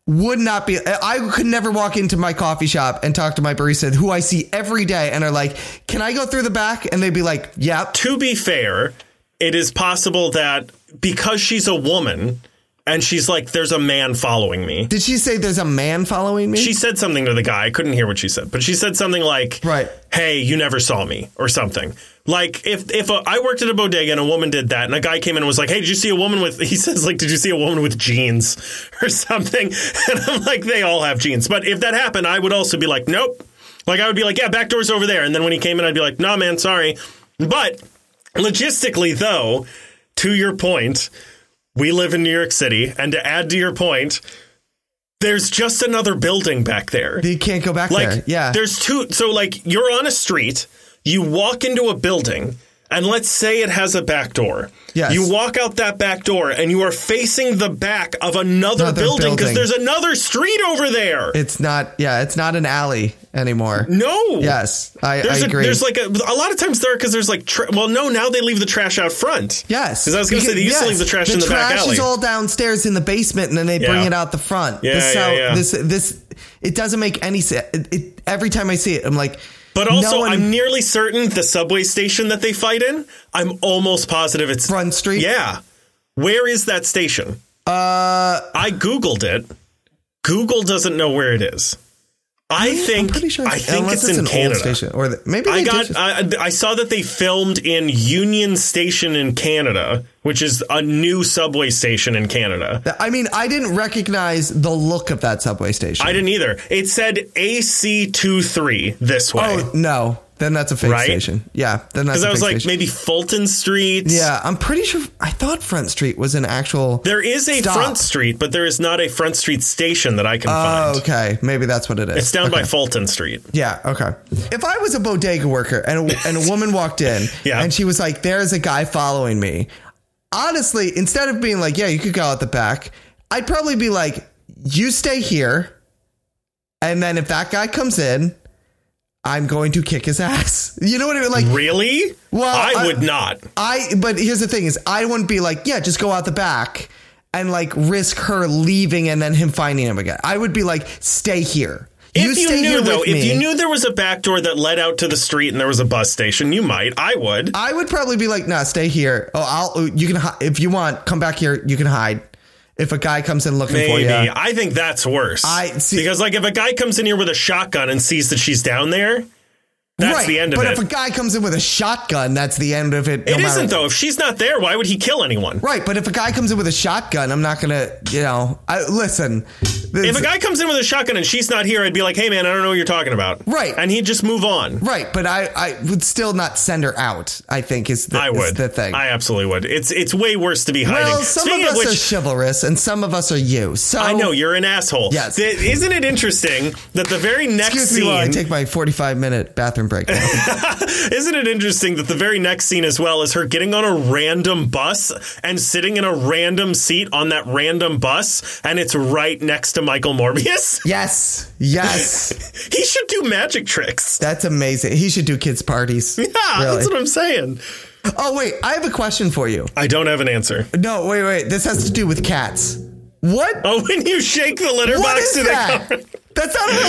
would not be. I could never walk into my coffee shop and talk to my barista, who I see every day, and are like, "Can I go through the back?" And they'd be like, "Yep."
To be fair, it is possible that because she's a woman and she's like, there's a man following me.
Did she say there's a man following me?
She said something to the guy. I couldn't hear what she said, but she said something like,
Right.
hey, you never saw me or something. Like if if a, I worked at a bodega and a woman did that and a guy came in and was like, "Hey, did you see a woman with?" He says like, "Did you see a woman with jeans or something?" And I'm like, "They all have jeans." But if that happened, I would also be like, "Nope." Like I would be like, "Yeah, back door's over there." And then when he came in, I'd be like, "Nah, man, sorry." But logistically, though, to your point, we live in New York City, and to add to your point, there's just another building back there.
you can't go back
Like,
there. Yeah.
There's two. So, like, you're on a street, you walk into a building, and let's say it has a back door.
Yes.
You walk out that back door, and you are facing the back of another,
Another
building because
building.
there's another street over there.
It's not. Yeah, it's not an alley anymore.
no.
Yes, I, I
There's, a,
agree.
there's like a, a lot of times there because there's like tra- well no now they leave the trash out front
Yes,
because I was gonna say they used to
yes.
leave the trash in the back alley
is all downstairs in the basement, and then they bring
Yeah.
it out the front.
Yeah,
this, is
yeah,
how-
yeah.
this, this, it doesn't make any sense. It, it, every time I see it, I'm like,
But also,
no one
I'm nearly certain the subway station that they fight in. I'm almost positive it's
front street.
Yeah, where is that station? Uh, I googled it. Google doesn't know where it is. I
I'm
think
pretty sure.
I think
unless
it's, in
an old
Canada.
station, or the, maybe they
I
did
got.
just-
I, I saw that they filmed in Union Station in Canada, which is a new subway station in Canada.
I mean, I didn't recognize the look of that subway station.
I didn't either. It said AC 23 this way.
oh no, then that's a fake
Right?
station. Yeah, then that's
because
a
I was
fake
like,
station.
maybe Fulton Street.
yeah, I'm pretty sure. I thought Front Street was an actual.
There is a
Stop.
front street, but there is not a front street station that I can find.
Oh, okay, maybe that's what it is.
It's down by Fulton Street.
Yeah. Okay. If I was a bodega worker and a, and a woman walked in
Yeah.
and she was like, "There's a guy following me," honestly, instead of being like, "Yeah, you could go out the back," I'd probably be like, "You stay here," and then if that guy comes in, I'm going to kick his ass. You know what I mean? Like,
Really?
Well, uh,
I,
I-
would not.
I but here's the thing is I wouldn't be like, yeah, just go out the back and like risk her leaving and then him finding him again. I would be like, stay here.
If you,
stay
knew
here
though,
with
if you
me."
knew there was a back door that led out to the street and there was a bus station, you might. I would.
I would probably be like, nah, stay here. Oh, I'll you can hi- if you want, come back here. You can hide. If a guy comes in looking for
Maybe.
you,
I think that's worse.
I- see-
because like if a guy comes in here with a shotgun and sees that she's down there, that's the end of
but
it.
if a guy comes in with a shotgun, that's the end of it. no
it
matter-
isn't though. If she's not there, why would he kill anyone?
Right, but if a guy comes in with a shotgun, I'm not gonna, you know. I listen.
If
this-
a guy comes in with a shotgun and she's not here, I'd be like, "Hey man, I don't know what you're talking about."
Right.
And he'd just move on.
right, but I, I would still not send her out. I think is the,
I
is
would.
the thing.
I absolutely would. It's it's way worse to be hiding.
well, some
Speaking
of us
which,
are chivalrous, and some of us are you. So
I know you're an asshole.
Yes.
Th- isn't it interesting that the very next
Excuse me
scene?
while I take my 45 minute bathroom break. now.
isn't it interesting that the very next scene as well is her getting on a random bus and sitting in a random seat on that random bus, and it's right next to Michael Morbius.
yes, yes.
he should do magic tricks.
That's amazing. He should do kids' parties. Yeah,
Ah, that's what I'm saying.
oh, wait. I have a question for you.
I don't have an answer.
No, wait, wait. This has to do with cats. What?
Oh, when you shake the litter
what
box
is
to the
that?
cover.
That's not a real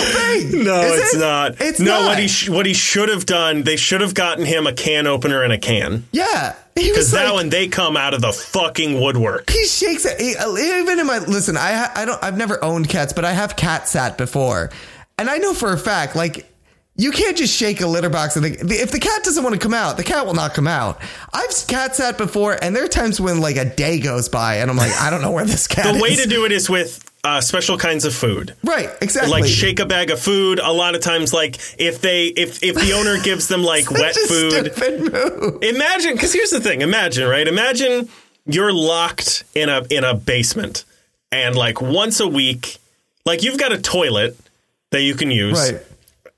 thing.
No,
is
it's
it?
not.
It's
no.
not.
What he sh- what he should have done? They should have gotten him a can opener and a can
yeah. He
because
was
now
like,
that when they come out of the fucking woodwork.
he shakes it. He- even in my listen, I ha- I don't I've never owned cats, but I have cat sat before, and I know for a fact like. You can't just shake a litter box and think, if the cat doesn't want to come out, the cat will not come out. I've cat sat before, and there are times when like a day goes by, and I'm like, I don't know where this cat.
The way
is.
to do it is with uh, special kinds of food.
Right, exactly.
Like shake a bag of food. A lot of times, like if they if if the owner gives them like wet
Just
food,
Stupid move.
imagine because here's the thing imagine right imagine you're locked in a in a basement and like once a week like you've got a toilet that you can use
Right.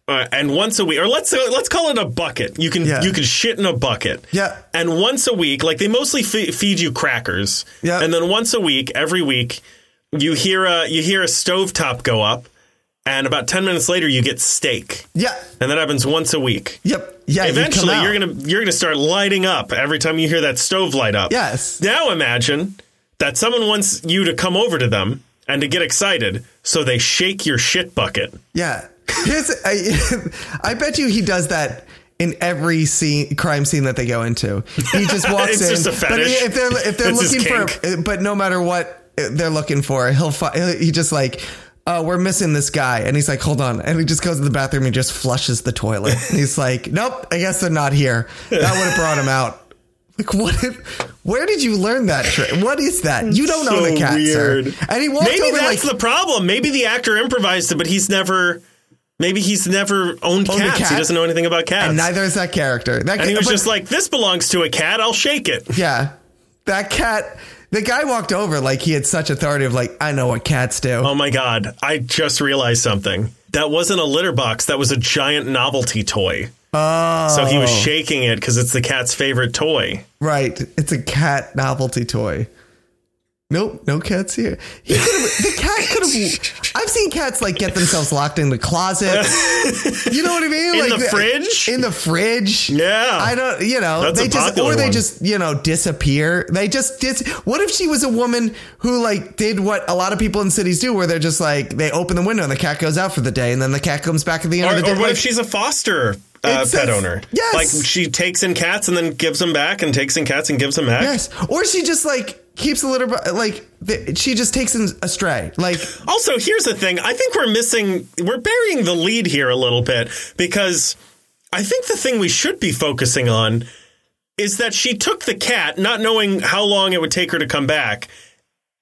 uh, and once a week or let's uh, let's call it a bucket you can
Yeah.
you can shit in a bucket
Yeah.
and once a week like they mostly fe- feed you crackers
Yeah.
and then once a week every week you hear a you hear a stovetop go up and about 10 minutes later you get steak
Yeah.
and that happens once a week
Yep. Yeah. you come
Eventually,
out.
you're gonna you're gonna start lighting up every time you hear that stove light up.
Yes.
Now imagine that someone wants you to come over to them and to get excited, so they shake your shit bucket.
Yeah. Here's, I, I bet you he does that in every scene, crime scene that they go into. He just walks
It's
in.
just a
But
fetish.
if they're if they're
It's his
looking for,
kink.
but no matter what uh, they're looking for, he'll fi- he just like. Oh, we're missing this guy. And he's like, hold on. And he just goes to the bathroom and just flushes the toilet. And he's like, nope, I guess they're not here. That would have brought him out. Like, what? If, where did you learn that trick? What is that? You don't own a cat, sir. And he walked
Maybe
over like,
that's the problem. Maybe the actor improvised it, but he's never. Maybe he's never owned,
Owned a
cats. He
cat?
doesn't know anything about cats. And,
and neither is that character. That
he was
but-
just like, "This belongs to a cat. I'll shake it."
Yeah. That cat, the guy walked over like he had such authority of like, I know what cats do.
Oh my god! I just realized something. That wasn't a litter box. That was a giant novelty toy.
Oh,
So he was shaking it because it's the cat's favorite toy.
right. It's a cat novelty toy. Nope, no cats here. He could have, the cat could have. I've seen cats like get themselves locked in the closet. You know what I mean?
In
like
the fridge?
In the fridge.
Yeah.
I don't. You know,
That's
they
a
just
popular
or they
one.
just you know disappear. They just dis. What if she was a woman who like did what a lot of people in cities do, where they're just like they open the window and the cat goes out for the day, and then the cat comes back at the end
Or,
of the day.
or what
like,
if she's a foster uh,
It says-
pet owner?
Yes.
Like she takes in cats and then gives them back and takes in cats and gives them back.
Yes, or she just like keeps a litter bo- like th- she just takes him astray. Like
Also, here's the thing. I think we're missing, we're burying the lead here a little bit because I think the thing we should be focusing on is that she took the cat, not knowing how long it would take her to come back,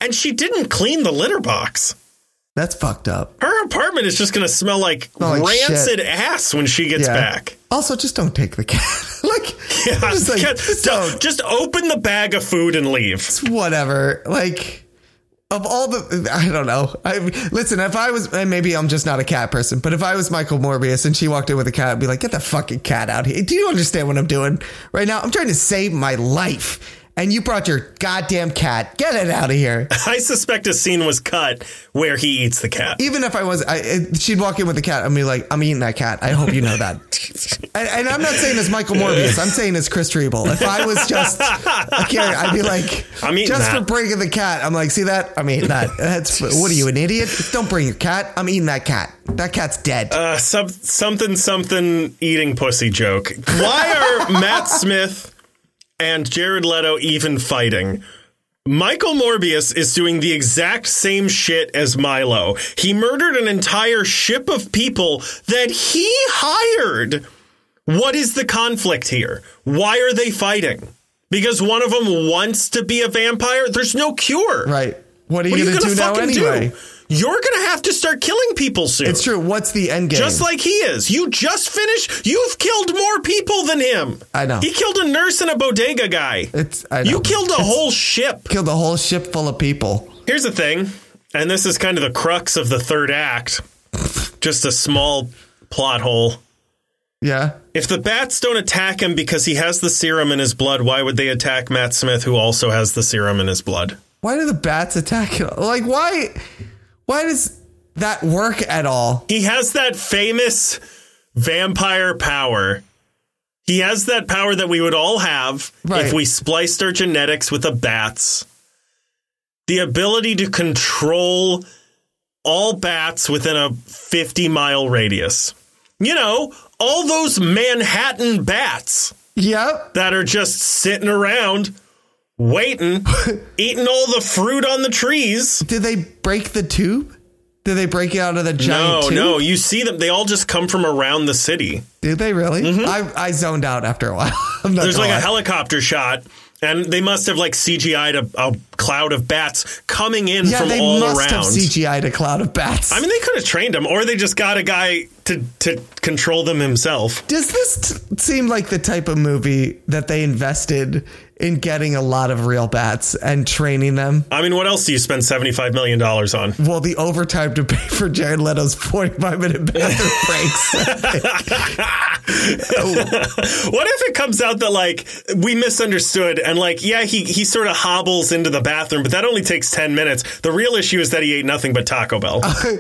and she didn't clean the litter box.
that's fucked up.
Her apartment is just going to smell like
like
rancid ass when she gets
Yeah.
back.
Also, just don't take the cat. like
Yeah,
just like
just,
just
don't-
don't.
just open the bag of food and leave.
whatever. Like of all the, I don't know. I listen. If I was, and maybe I'm just not a cat person, but if I was Michael Morbius and she walked in with a cat, I'd be like, "Get the fucking cat out here." Do you understand what I'm doing right now? I'm trying to save my life, and you brought your goddamn cat. Get it out of here.
I suspect a scene was cut where he eats the cat.
Even if I was, I, it- she'd walk in with a cat. and be like, "I'm eating that cat." I hope you know that. and, and I'm not saying as Michael Morbius. I'm saying as Chris Treble. If I was just a carrot, I'd be like,
I'm eating
just
that.
for bringing the cat." I'm like, "See that? I'm eating that." That's what are you, an idiot? Don't bring your cat. I'm eating that cat. That cat's dead.
Uh, some, something something eating pussy joke. Why are Matt Smith and Jared Leto even fighting? Michael Morbius is doing the exact same shit as Milo. He murdered an entire ship of people that he hired. What is the conflict here? Why are they fighting? Because one of them wants to be a vampire? There's no cure.
right?
What
What are
are
you
you
going to
going
do
to
now
fucking
anyway?
do? You're going to have to start killing people soon.
It's true. What's the end game?
Just like he is. You just finished. You've killed more people than him.
I know.
He killed a nurse and a bodega guy.
it's I know.
you killed a whole ship.
killed a whole ship full of people.
Here's the thing, and this is kind of the crux of the third act. Just a small plot hole.
Yeah.
If the bats don't attack him because he has the serum in his blood, why would they attack Matt Smith, who also has the serum in his blood?
Why do the bats attack him? Like why? Why does that work at all?
He has that famous vampire power. He has that power that we would all have
Right.
if we spliced our genetics with a bat's. The ability to control all bats within a 50 mile radius. You know, all those Manhattan bats
Yep.
that are just sitting around, waiting, eating all the fruit on the trees.
Did they break the tube? Did they break it out of the giant
No,
tube?
no, you see them. They all just come from around the city.
Did they really? I, I zoned out after a while. I'm not
Mm-hmm. There's
gonna
like a
lie.
helicopter shot And they must have like CGI'd a, a cloud of bats coming in
Yeah,
from
they
all
must have
around.
CGI'd a cloud of bats.
I mean, they could have trained him, or they just got a guy to to control them himself.
Does this t- seem like the type of movie that they invested in getting a lot of real bats and training them?
I mean, what else do you spend seventy five million dollars on?
Well, the overtime to pay for Jared Leto's 45 minute bathroom breaks. Oh,
What if it comes out that like we misunderstood and like yeah he he sort of hobbles into the bathroom, but that only takes ten minutes. The real issue is that he ate nothing but Taco Bell.
I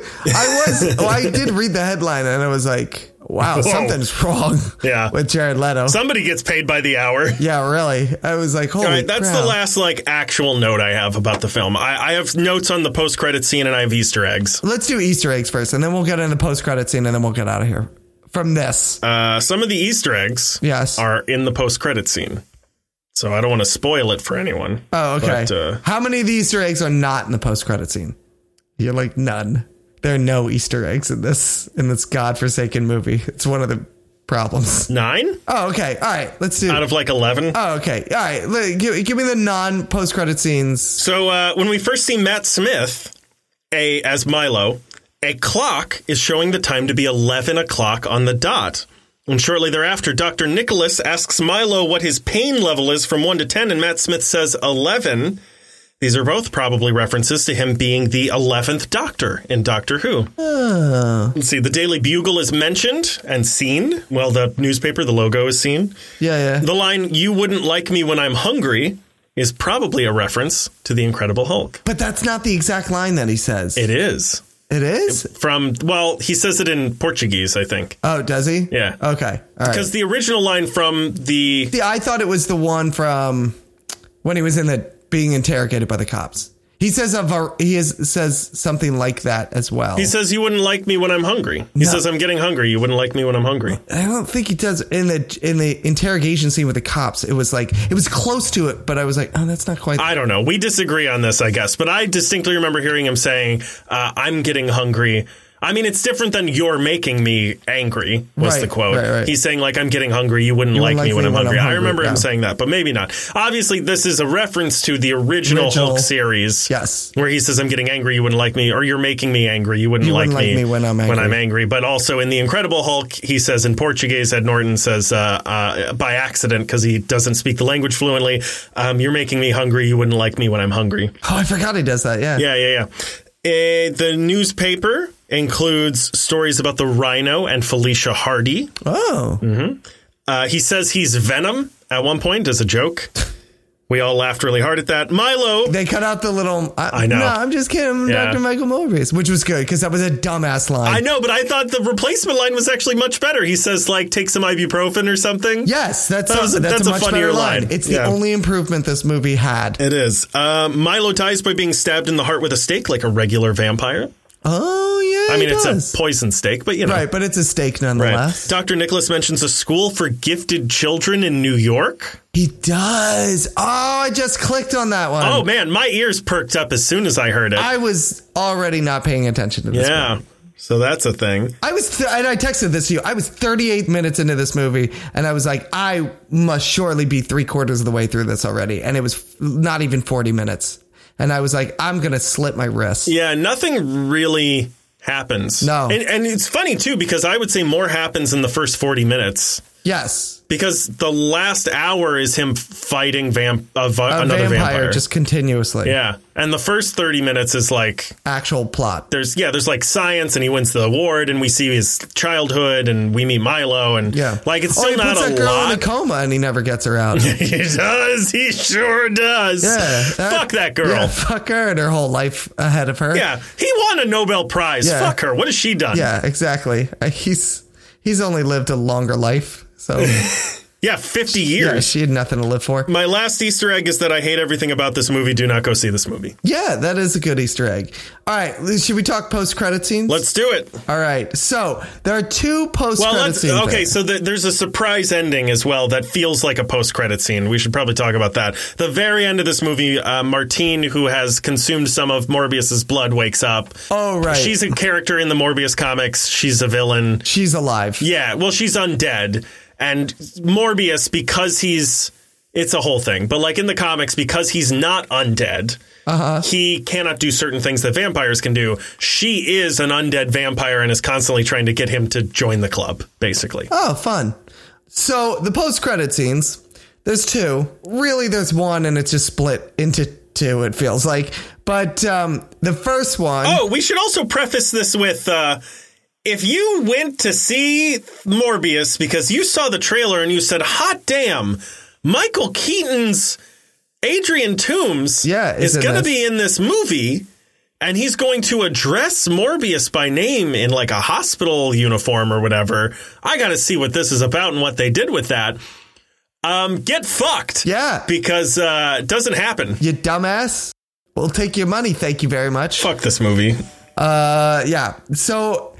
was, well, I did read the headline and I was like, wow, something's wrong
Yeah.
with Jared Leto.
Somebody gets paid by the hour.
yeah, really. I was like, holy
All right, that's
crap.
the last like actual note I have about the film. I, I have notes on the post credit scene and I have Easter eggs.
Let's do Easter eggs first and then we'll get into post credit scene and then we'll get out of here from this.
Uh, some of the Easter eggs
yes.
are in the post credit scene, so I don't want to spoil it for anyone.
Oh, okay.
But, uh,
How many of the Easter eggs are not in the post-credit scene? You're like none. There are no Easter eggs in this in this godforsaken movie. It's one of the problems.
nine
Oh, okay. All right. Let's do.
out of like eleven.
oh, okay. All right. Let- Give, give me the non-post-credit scenes.
So uh, when we first see Matt Smith, a as Milo, a clock is showing the time to be eleven o'clock on the dot. And shortly thereafter, Dr. Nicholas asks Milo what his pain level is from 1 to 10, and Matt Smith says 11. These are both probably references to him being the 11th Doctor in Doctor Who. Let's see, the Daily Bugle is mentioned and seen. Well, the newspaper, the logo is seen.
Yeah, yeah.
The line, you wouldn't like me when I'm hungry, is probably a reference to the Incredible Hulk.
But that's not the exact line that he says.
It is.
it is.
From, well, he says it in Portuguese, I think.
oh, does he?
Yeah.
Okay. All right.
Because the original line from the.
Yeah, I thought it was the one from when he was in the being interrogated by the cops. He says a var- he is, says something like that as well.
He says, you wouldn't like me when I'm hungry. He says, I'm getting hungry. You wouldn't like me when I'm hungry.
I don't think he does in the in the interrogation scene with the cops. It was like it was close to it, but I was like, oh, that's not quite.
I don't know. We disagree on this, I guess. But I distinctly remember hearing him saying, uh, I'm getting hungry. I mean, it's different than you're making me angry, was
Right,
the quote.
right, right.
He's saying, like, I'm getting hungry. You wouldn't like, me when I'm hungry. I remember him
yeah.
saying that, but maybe not. Obviously, this is a reference to the original,
Original.
Hulk series.
Yes.
Where he says, I'm getting angry. You wouldn't like me. Or you're making me angry. You wouldn't,
wouldn't like me when I'm
When
angry.
I'm angry. But also in The Incredible Hulk, he says in Portuguese, Ed Norton says uh, uh, by accident because he doesn't speak the language fluently. Um, You're making me hungry. You wouldn't like me when I'm hungry.
oh, I forgot he does that. Yeah.
Yeah, yeah, yeah. Uh, the newspaper includes stories about the Rhino and Felicia Hardy.
Oh,
Uh, he says he's Venom at one point as a joke. We all laughed really hard at that. Milo.
they cut out the little. I,
I know.
No, I'm just kidding. I'm
Yeah.
Dr. Michael Morbius, which was good because that was a dumbass line.
I know, but I thought the replacement line was actually much better. He says, like, take some ibuprofen or something.
yes, that's
That
a,
was a-
that's,
that's
a
a
much
funnier
better line.
line.
It's
Yeah.
the only improvement this movie had.
It is. Uh, Milo dies by being stabbed in the heart with a stake like a regular vampire.
Oh yeah,
I mean,
he
it's
does.
a poison stake, but you know.
right, but it's a stake
Right.
nonetheless.
Dr. Nicholas mentions a school for gifted children in New York.
He does. Oh, I just clicked on that one.
Oh, man, my ears perked up as soon as I heard it.
Um, I was already not paying attention to this. movie.
yeah. So that's a thing.
I was, th- and I texted this to you. I was 38 minutes into this movie, and I was like, I must surely be three quarters of the way through this already. And it was f- not even 40 minutes. And I was like, I'm going to slit my wrist.
Yeah, nothing really happens.
No.
And, and it's funny, too, because I would say more happens in the first 40 minutes.
Yes.
Because the last hour is him fighting vamp- a va-
A
another
vampire,
vampire.
just continuously.
yeah. And the first 30 minutes is like
Actual plot.
there's yeah, there's like science, and he wins the award, and we see his childhood, and we meet Milo, and
Yeah.
like it's still
oh, he
not
puts
a
that girl in a
lot.
coma and he never gets her out. yeah.
he does, he sure does.
that-
fuck that girl.
Yeah,
Yeah.
fuck her and her whole life ahead of her.
he won a Nobel Prize.
Yeah.
Fuck her. What has she done?
Yeah, exactly. Uh, He's he's only lived a longer life. So
Yeah, fifty
yeah,
years.
she had nothing to live for.
My last Easter egg is that I hate everything about this movie. Do not go see this movie.
Yeah, that is a good Easter egg. All right, should we talk post credit scenes?
Let's do it.
All right, so there are two post
Well,
credit
let's
scenes.
okay.
there.
So the, there's a surprise ending as well that feels like a post-credit scene. We should probably talk about that. The very end of this movie, uh, Martine, who has consumed some of Morbius's blood, wakes up.
Oh, right.
She's a character in the Morbius comics. She's a villain.
she's alive.
Yeah. Well, she's undead, and Morbius because he's It's a whole thing. But like in the comics, because he's not undead, he cannot do certain things that vampires can do. She is an undead vampire and is constantly trying to get him to join the club, basically.
Oh, fun. So the post credit scenes, there's two. Really, there's one, and it's just split into two, it feels like. But um, the first one,
Oh, we should also preface this with uh, if you went to see Morbius because you saw the trailer and you said, hot damn, Michael Keaton's Adrian Toomes
Yeah,
is
is in
going to
this.
be in this movie. And he's going to address Morbius by name in like a hospital uniform or whatever. I got to see what this is about and what they did with that. Um, get fucked.
Yeah.
Because uh, it doesn't happen.
you dumbass, we'll take your money. Thank you very much.
Fuck this movie.
Uh, yeah. So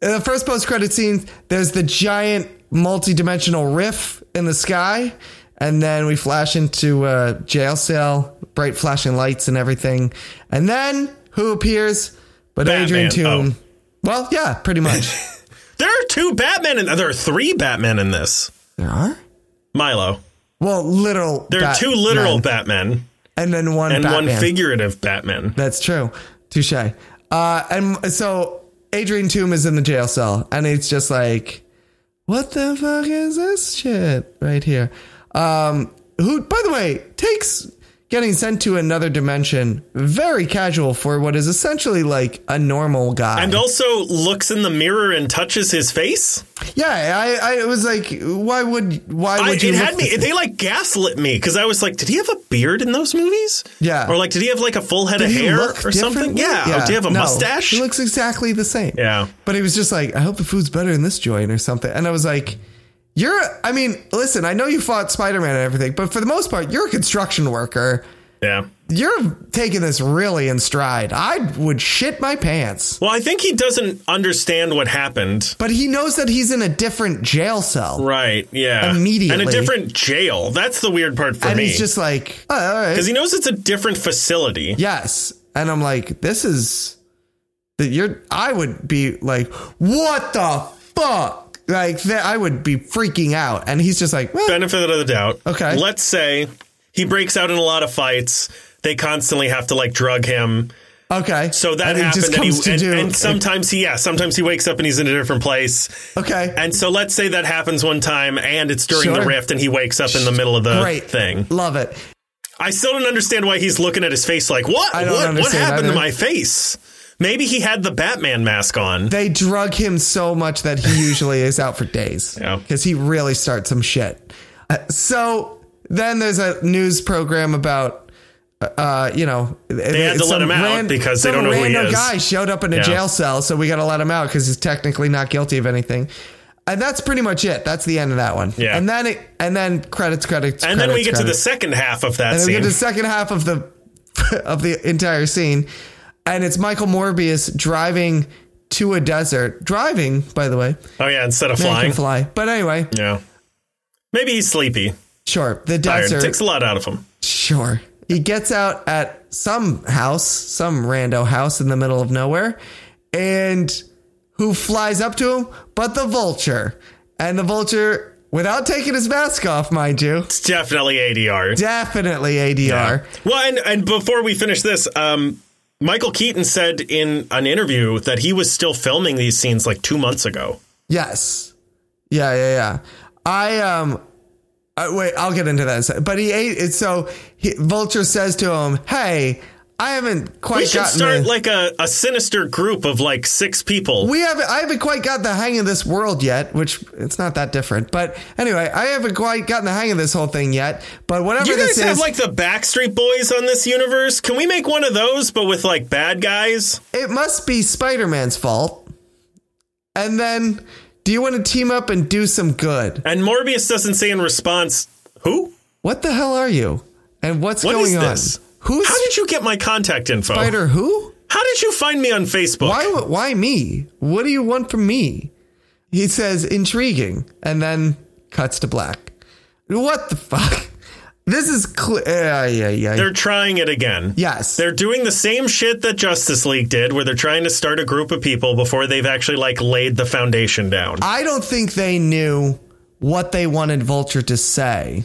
in the first post credit scene, there's the giant multi-dimensional riff in the sky, and then we flash into a jail cell, bright flashing lights and everything, and then who appears? But Adrian
Batman. Oh.
Toon. Well, yeah, pretty much.
There are two Batman in there are three Batmen in this.
there are.
Milo.
Well, literal.
There are
Bat-
two literal
men,
Batmen
and then one
and
Batman.
one figurative Batman.
That's true. Touche. Uh, and so Adrian Toom is in the jail cell, and it's just like, what the fuck is this shit right here? Um, who, by the way, takes getting sent to another dimension very casual for what is essentially like a normal guy.
And also looks in the mirror and touches his face.
yeah, I, I was like, why would why
I,
would you?
it had
look
me.
this-
They like gaslit me because I was like, "Did he have a beard in those movies?
Yeah.
Or like, did he have like a full head of
Did he
hair
look
or something?
differently?
Yeah. Or did he have a
no,
mustache?
He looks exactly the same.
Yeah.
But he was just like, I hope the food's better in this joint or something. And I was like, you're, I mean, listen, I know you fought Spider Man and everything, but for the most part, you're a construction worker.
yeah.
You're taking this really in stride. I would shit my pants.
Well, I think he doesn't understand what happened.
But he knows that he's in a different jail cell.
Right. Yeah. And
Immediately.
a different jail. That's the weird part for
And
me.
he's just like, oh, all right.
because he knows it's a different facility.
Yes. And I'm like, this is that you're I would be like, what the fuck? Like that I would be freaking out. And he's just like, well,
benefit of the doubt.
Okay.
Let's say he breaks out in a lot of fights. They constantly have to like drug him.
okay.
So that
and it
happened.
just comes
and,
to
he, and,
do
and sometimes he, yeah, sometimes he wakes up and he's in a different place.
Okay.
And so let's say that happens one time and it's during the
Sure.
rift and he wakes up in the middle of the
Great.
thing.
Love it.
I still don't understand why he's looking at his face like, what?
I don't
what, what
understand
happened
either.
to my face? Maybe he had the Batman mask on.
They drug him so much that he usually is out for days.
Yeah.
Because he really starts some shit. Uh, so then there's a news program about uh, you know, they
had to let him out because they don't know who he is.
guy showed up in a
Yeah.
jail cell, so we got to let him out because he's technically not guilty of anything. And that's pretty much it. That's the end of that one.
Yeah.
And then it, and then credits, credits,
and then we get to the
credits.
second half of that
and then we
scene.
get to the second half of the of the entire scene, and it's Michael Morbius driving to a desert. Driving, by the way,
oh, yeah, instead of
man
flying.
can fly. But anyway,
Yeah. Maybe he's sleepy.
sure, the
Tired.
desert.
Takes a lot out of him.
Sure. He gets out at some house, some rando house in the middle of nowhere, and who flies up to him but the vulture. And the vulture, without taking his mask off, mind you,
It's definitely ADR.
definitely ADR.
Well, and, and before we finish this, um, Michael Keaton said in an interview that he was still filming these scenes like two months ago.
Yes. Yeah, yeah, yeah. I um I, wait, I'll get into that in a second. But he ate it so he, Vulture says to him, "Hey, I haven't quite
We should
gotten
start
the-
like a, a sinister group of like six people.
we haven't I haven't quite got the hang of this world yet, which it's not that different. But anyway, I haven't quite gotten the hang of this whole thing yet. But whatever
you
this
guys
is,
have like the Backstreet Boys on this universe. Can we make one of those, but with like bad guys?
it must be Spider Man's fault. And then, do you want to team up and do some good?
And Morbius doesn't say in response, "Who?
What the hell are you? And what's
What
going
is
on?
this?
Who's
How did you get my contact info?
Spider? Who?
How did you find me on Facebook?
Why? would- Why me? What do you want from me? He says, "Intriguing," and then cuts to black. What the fuck? This is clear. Uh, yeah, yeah.
They're trying it again.
Yes.
They're doing the same shit that Justice League did, where they're trying to start a group of people before they've actually like laid the foundation down.
I don't think they knew what they wanted Vulture to say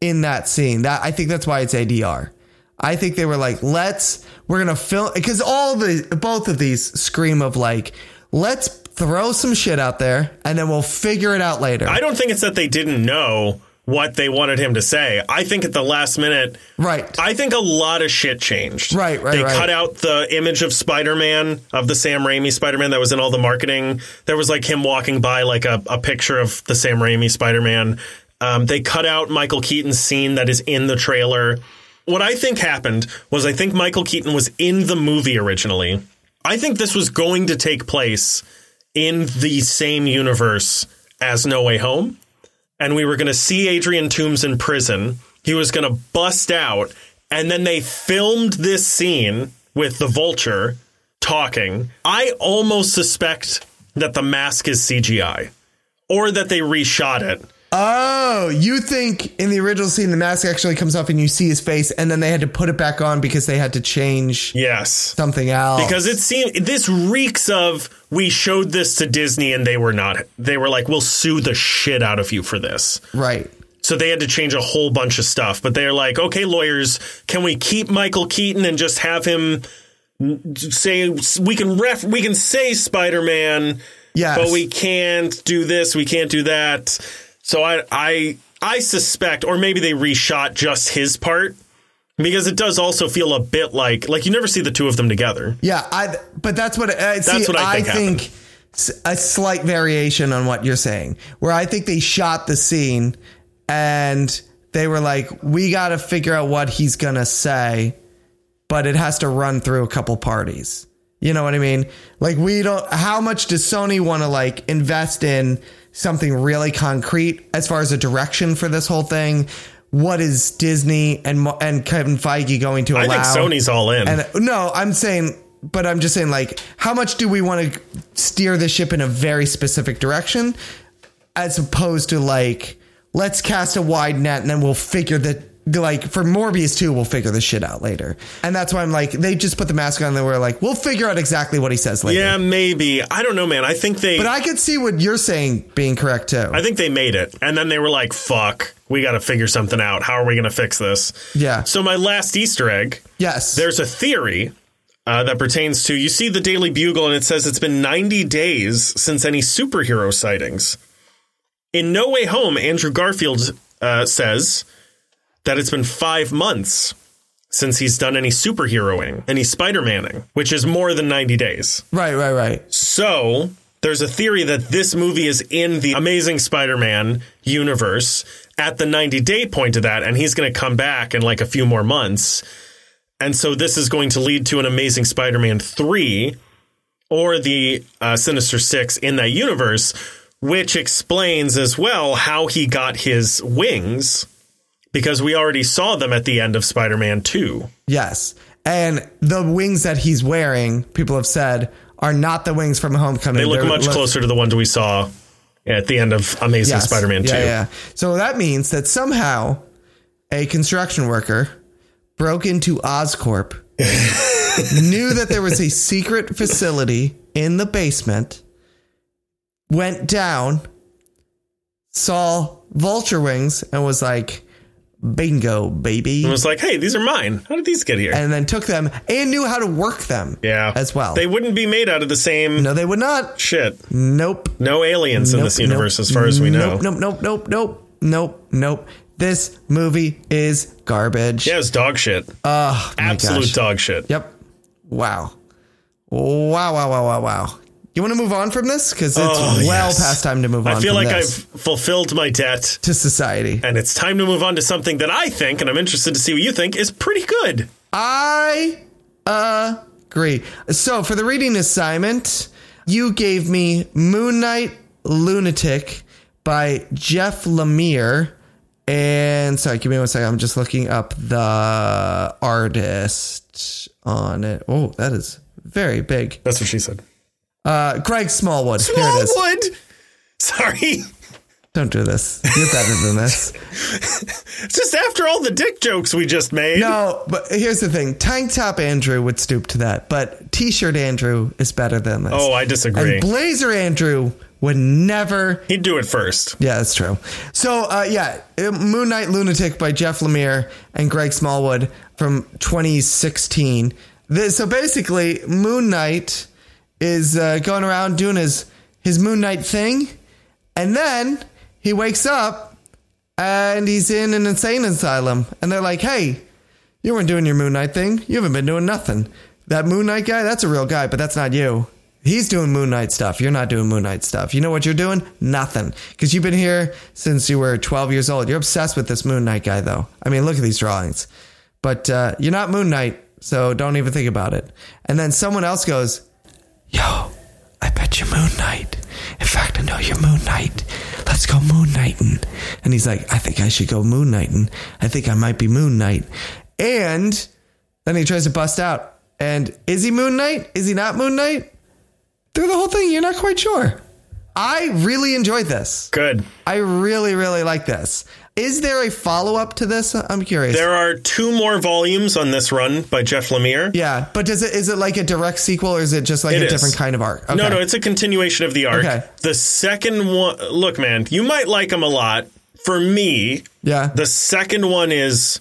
in that scene. That I think that's why it's ADR. I think they were like, let's we're gonna film because all the both of these scream of like, let's throw some shit out there and then we'll figure it out later.
I don't think it's that they didn't know what they wanted him to say. I think at the last minute,
right.
I think a lot of shit changed.
Right, right,
They
right.
cut out the image of Spider Man, of the Sam Raimi Spider Man that was in all the marketing. There was like him walking by, like a, a picture of the Sam Raimi Spider Man. Um, they cut out Michael Keaton's scene that is in the trailer. What I think happened was I think Michael Keaton was in the movie originally. I think this was going to take place in the same universe as No Way Home and we were going to see Adrian Toombs in prison. He was going to bust out, and then they filmed this scene with the vulture talking. I almost suspect that the mask is CGI or that they reshot it.
Oh, you think in the original scene the mask actually comes off and you see his face, and then they had to put it back on because they had to change
Yes.
something else.
Because it seemed this reeks of we showed this to Disney and they were not they were like we'll sue the shit out of you for this.
right,
So they had to change a whole bunch of stuff. But they're like, okay, lawyers, can we keep Michael Keaton and just have him n- say we can ref we can say Spider Man,
yes,
but we can't do this, we can't do that. So I I I suspect, or maybe they reshot just his part because it does also feel a bit like like you never see the two of them together.
yeah. I but that's what uh, see,
what I
I
think happened.
think, s- a slight variation on what you're saying, where I think they shot the scene and they were like, we got to figure out what he's gonna say, but it has to run through a couple parties. You know what I mean? Like we don't how much does Sony want to like invest in something really concrete as far as a direction for this whole thing? What is Disney and Mo- and Kevin Feige going to
I
allow?
think Sony's all in.
And no, I'm saying but I'm just saying like how much do we want to steer the ship in a very specific direction as opposed to like let's cast a wide net and then we'll figure the like for Morbius 2 we'll figure this shit out later. And that's why I'm like they just put the mask on and they were like we'll figure out exactly what he says later.
yeah, maybe. I don't know, man. I think they
But I could see what you're saying being correct too.
I think they made it. And then they were like, fuck, we got to figure something out. How are we going to fix this?
yeah.
So, my last Easter egg
yes.
there's a theory uh, that pertains to you see the Daily Bugle, and it says it's been 90 days since any superhero sightings. In No Way Home, Andrew Garfield uh, says that it's been five months since he's done any superheroing, any Spider Manning, which is more than 90 days.
right, right, right.
So there's a theory that this movie is in the Amazing Spider-Man universe at the 90-day point of that, and he's going to come back in like a few more months. And so this is going to lead to an Amazing Spider-Man 3 or the uh, Sinister Six in that universe, which explains as well how he got his wings, because we already saw them at the end of Spider-Man 2.
Yes. And the wings that he's wearing, people have said, are not the wings from Homecoming.
They look much closer to the ones we saw at the end of Amazing
Yes.
Spider-Man 2.
Yeah, yeah. So that means that somehow a construction worker broke into Oscorp, knew that there was a secret facility in the basement, went down, saw vulture wings, and was like, bingo, baby.
and was like, "Hey, these are mine. How did these get here?"
And then took them and knew how to work them
yeah,
as well.
They wouldn't be made out of the same
no, they would not.
shit.
Nope.
No aliens in
Nope,
this universe,
nope,
as far as we know.
Nope, nope, nope, nope, nope, nope, nope. This movie is garbage.
Yeah, it's dog shit.
Ugh, Ah, my
Absolute
gosh.
dog shit.
Yep. Wow. Wow, wow, wow, wow, wow. You want to move on from this? Because it's
Oh,
well
yes.
past time to move on
I feel
from
like
this
I've fulfilled my debt,
to society.
and it's time to move on to something that I think, and I'm interested to see what you think, is pretty good.
I agree. So for the reading assignment, you gave me Moon Knight Lunatic by Jeff Lemire. And sorry, give me one second. I'm just looking up the artist on it. Oh, that is very big.
That's what she said.
Uh, Greg Smallwood. Here it is.
Smallwood. Sorry.
Don't do this. You're better than this.
It's just after all the dick jokes we just made.
No, Oh, but here's the thing: tank top Andrew would stoop to that, but t-shirt Andrew is better than this.
Oh, I disagree.
and blazer Andrew would never.
He'd do it first.
Yeah, that's true. So, uh, yeah, uh, Moon Knight Lunatic by Jeff Lemire and Greg Smallwood from 2016. Th- so basically, Moon Knight is uh, going around doing his his Moon Knight thing, and then he wakes up and he's in an insane asylum, and they're like, "Hey, you weren't doing your Moon Knight thing. You haven't been doing nothing. That Moon Knight guy, that's a real guy, but that's not you. He's doing Moon Knight stuff. You're not doing Moon Knight stuff. You know what you're doing? Nothing. Because you've been here since you were 12 years old. You're obsessed with this Moon Knight guy, though. I mean, look at these drawings. But uh, you're not Moon Knight, so don't even think about it. And then someone else goes, Yo, I bet you Moon Knight. In fact, I know you're Moon Knight. Let's go Moon Knighting. And he's like, I think I should go Moon Knighting. I think I might be Moon Knight. And then he tries to bust out. And is he Moon Knight? Is he not Moon Knight? Through the whole thing, you're not quite sure. I really enjoyed this.
Good.
I really, really like this. Is there a follow up to this? I'm curious.
There are two more volumes on this run by Jeff Lemire.
yeah, but does it is it like a direct sequel or is it just like
It
a
is.
different kind of arc? Okay.
No, no, it's a continuation of the arc.
Okay.
The second one, look, man, you might like him a lot. For me,
yeah.
the second one is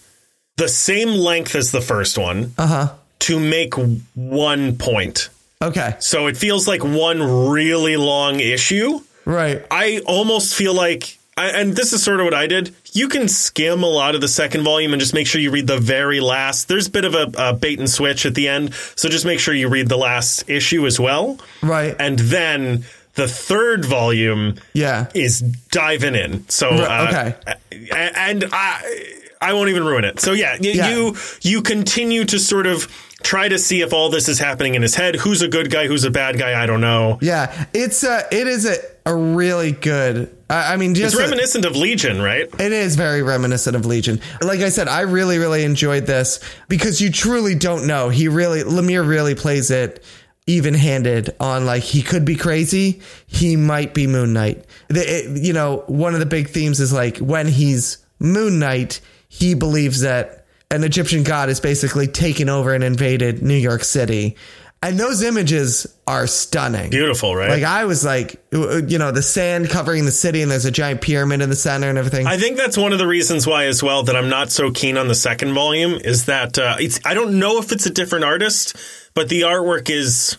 the same length as the first one. Uh
Uh-huh.
huh. To make one point.
okay.
So it feels like one really long issue.
Right.
I almost feel like, I, and this is sort of what I did. You can skim a lot of the second volume and just make sure you read the very last. There's a bit of a, a bait and switch at the end, so just make sure you read the last issue as well.
Right.
And then the third volume
yeah.
is diving in. So
Right,
uh, a- and I I won't even ruin it. So yeah, y-
Yeah.
you you continue to sort of try to see if all this is happening in his head. Who's a good guy? Who's a bad guy? I don't know.
Yeah. It's a it is a, a really good I, I mean just
It's
a-
reminiscent of Legion, right?
It is very reminiscent of Legion. Like I said, I really, really enjoyed this because you truly don't know. He really, Lemire really plays it even handed on like he could be crazy. He might be Moon Knight. The, it- you know, one of the big themes is like when he's Moon Knight, he believes that an Egyptian god has basically taken over and invaded New York City. And those images are stunning.
Beautiful, right?
Like I was like, you know, the sand covering the city and there's a giant pyramid in the center and everything.
I think that's one of the reasons why, as well, that I'm not so keen on the second volume is that uh, it's. I don't know if it's a different artist, but the artwork is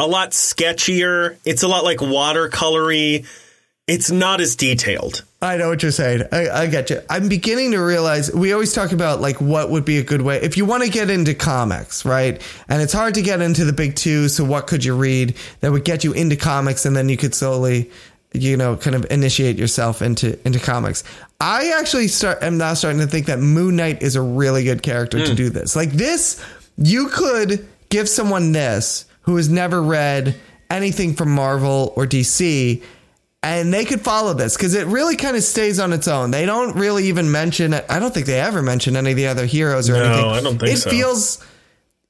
a lot sketchier. It's a lot like watercolory. It's not as detailed.
I know what you're saying. I, I get you. I'm beginning to realize we always talk about like what would be a good way if you want to get into comics, right? And it's hard to get into the big two. So what could you read that would get you into comics, and then you could slowly, you know, kind of initiate yourself into into comics. I actually start am now starting to think that Moon Knight is a really good character to do this. Like this, you could give someone this who has never read anything from Marvel or DC and they could follow this because it really kind of stays on its own. They don't really even mention. I don't think they ever mention any of the other heroes or anything.
I don't think
it
so.
feels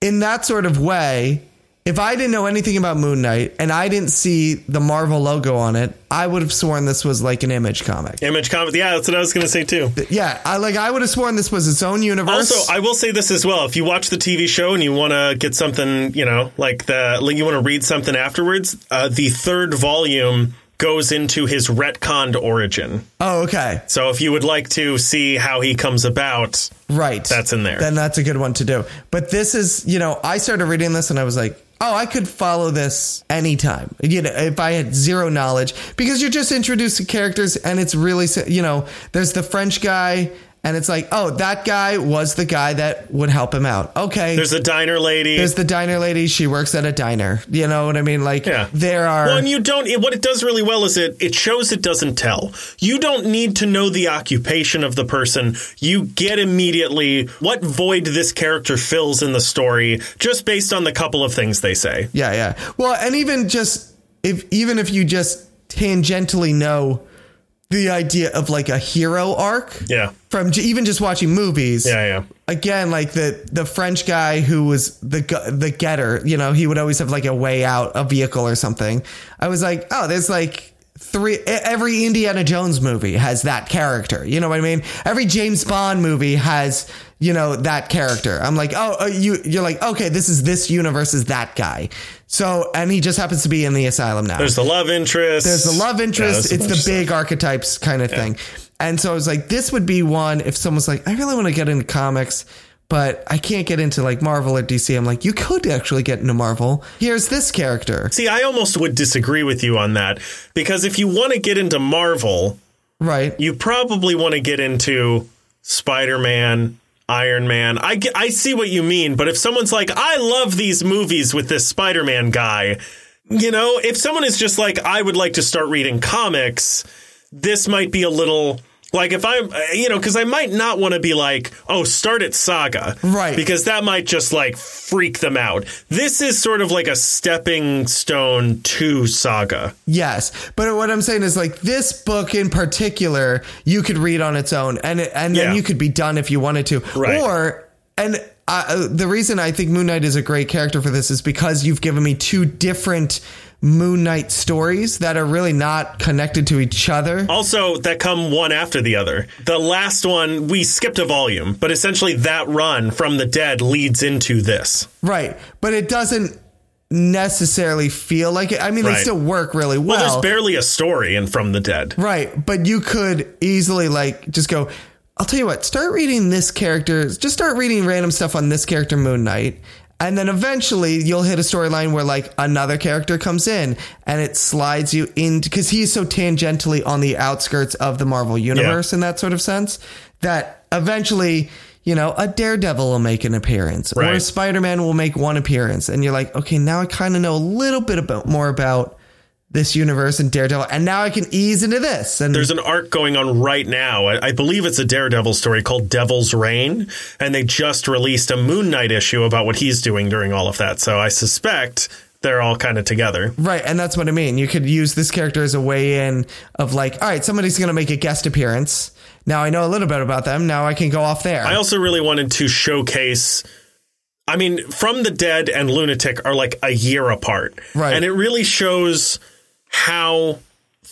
in that sort of way. If I didn't know anything about Moon Knight and I didn't see the Marvel logo on it, I would have sworn this was like an image comic.
Image comic. Yeah, that's what I was going to say too.
Yeah, I like I would have sworn this was its own universe.
Also, I will say this as well. If you watch the TV show and you want to get something, you know, like the like you want to read something afterwards, uh, the third volume goes into his retconned origin.
oh, okay,
So if you would like to see how he comes about,
right.
That's in there.
Then that's a good one to do. But this is, you know, I started reading this and I was like, oh, I could follow this anytime. You know, if I had zero knowledge, because you're just introduced to characters and it's really, s- you know, there's the French guy and it's like, oh, that guy was the guy that would help him out. Okay.
there's a diner lady.
There's the diner lady. She works at a diner. You know what I mean? Like,
Yeah.
there are.
well, and you don't. It, what it does really well is it it shows it doesn't tell. You don't need to know the occupation of the person. You get immediately what void this character fills in the story just based on the couple of things they say.
Yeah, yeah. Well, and even just if even if you just tangentially know the idea of like a hero arc,
Yeah.
from j- even just watching movies,
Yeah, yeah.
Again, like the the French guy who was the gu- the getter, you know, he would always have like a way out, a vehicle or something. I was like, oh, there's like three e- every Indiana Jones movie has that character. You know what I mean? Every James Bond movie has, you know, that character. I'm like, "Oh, uh, you you're like, okay, this is this universe is that guy." So, and he just happens to be in the asylum now.
There's the love interest.
There's the love interest. it's the big archetypes kind of thing. And so I was like, this would be one if someone's like, I really want to get into comics, but I can't get into like Marvel or DC. I'm like, you could actually get into Marvel. Here's this character.
See, I almost would disagree with you on that because if you want to get into Marvel,
Right.
you probably want to get into Spider Man, Iron Man. I, ge- I see what you mean, but if someone's like, I love these movies with this Spider Man guy, you know, if someone is just like, I would like to start reading comics, this might be a little. Like if I'm, uh, you know, because I might not want to be like, oh, start at Saga,
Right.
Because that might just like freak them out. This is sort of like a stepping stone to Saga.
Yes. But what I'm saying is like this book in particular, you could read on its own and, it- and
Yeah.
then you could be done if you wanted to.
Right.
Or, and uh, the reason I think Moon Knight is a great character for this is because you've given me two different Moon Knight stories that are really not connected to each other.
Also, that come one after the other. The last one, we skipped a volume, but essentially that run from the dead leads into this.
Right. But it doesn't necessarily feel like it. I mean,
Right.
they still work really well.
Well, there's barely a story in From the Dead.
right. But you could easily, like, just go, I'll tell you what, start reading this character. Just start reading random stuff on this character, Moon Knight. And then eventually you'll hit a storyline where, like, another character comes in and it slides you into, because he's so tangentially on the outskirts of the Marvel universe in that sort of sense that eventually. You know, a daredevil will make an appearance, or a
Right.
Spider Man will make one appearance, and you're like, okay, now I kind of know a little bit about more about this universe and Daredevil, and now I can ease into this. And
There's an arc going on right now. I, I believe it's a Daredevil story called Devil's Reign, and they just released a Moon Knight issue about what he's doing during all of that. So I suspect they're all kind of together.
right, and that's what I mean. You could use this character as a way in of like, all right, somebody's going to make a guest appearance. Now I know a little bit about them. Now I can go off there.
I also really wanted to showcase. I mean, From the Dead and Lunatic are like a year apart.
Right.
And it really shows how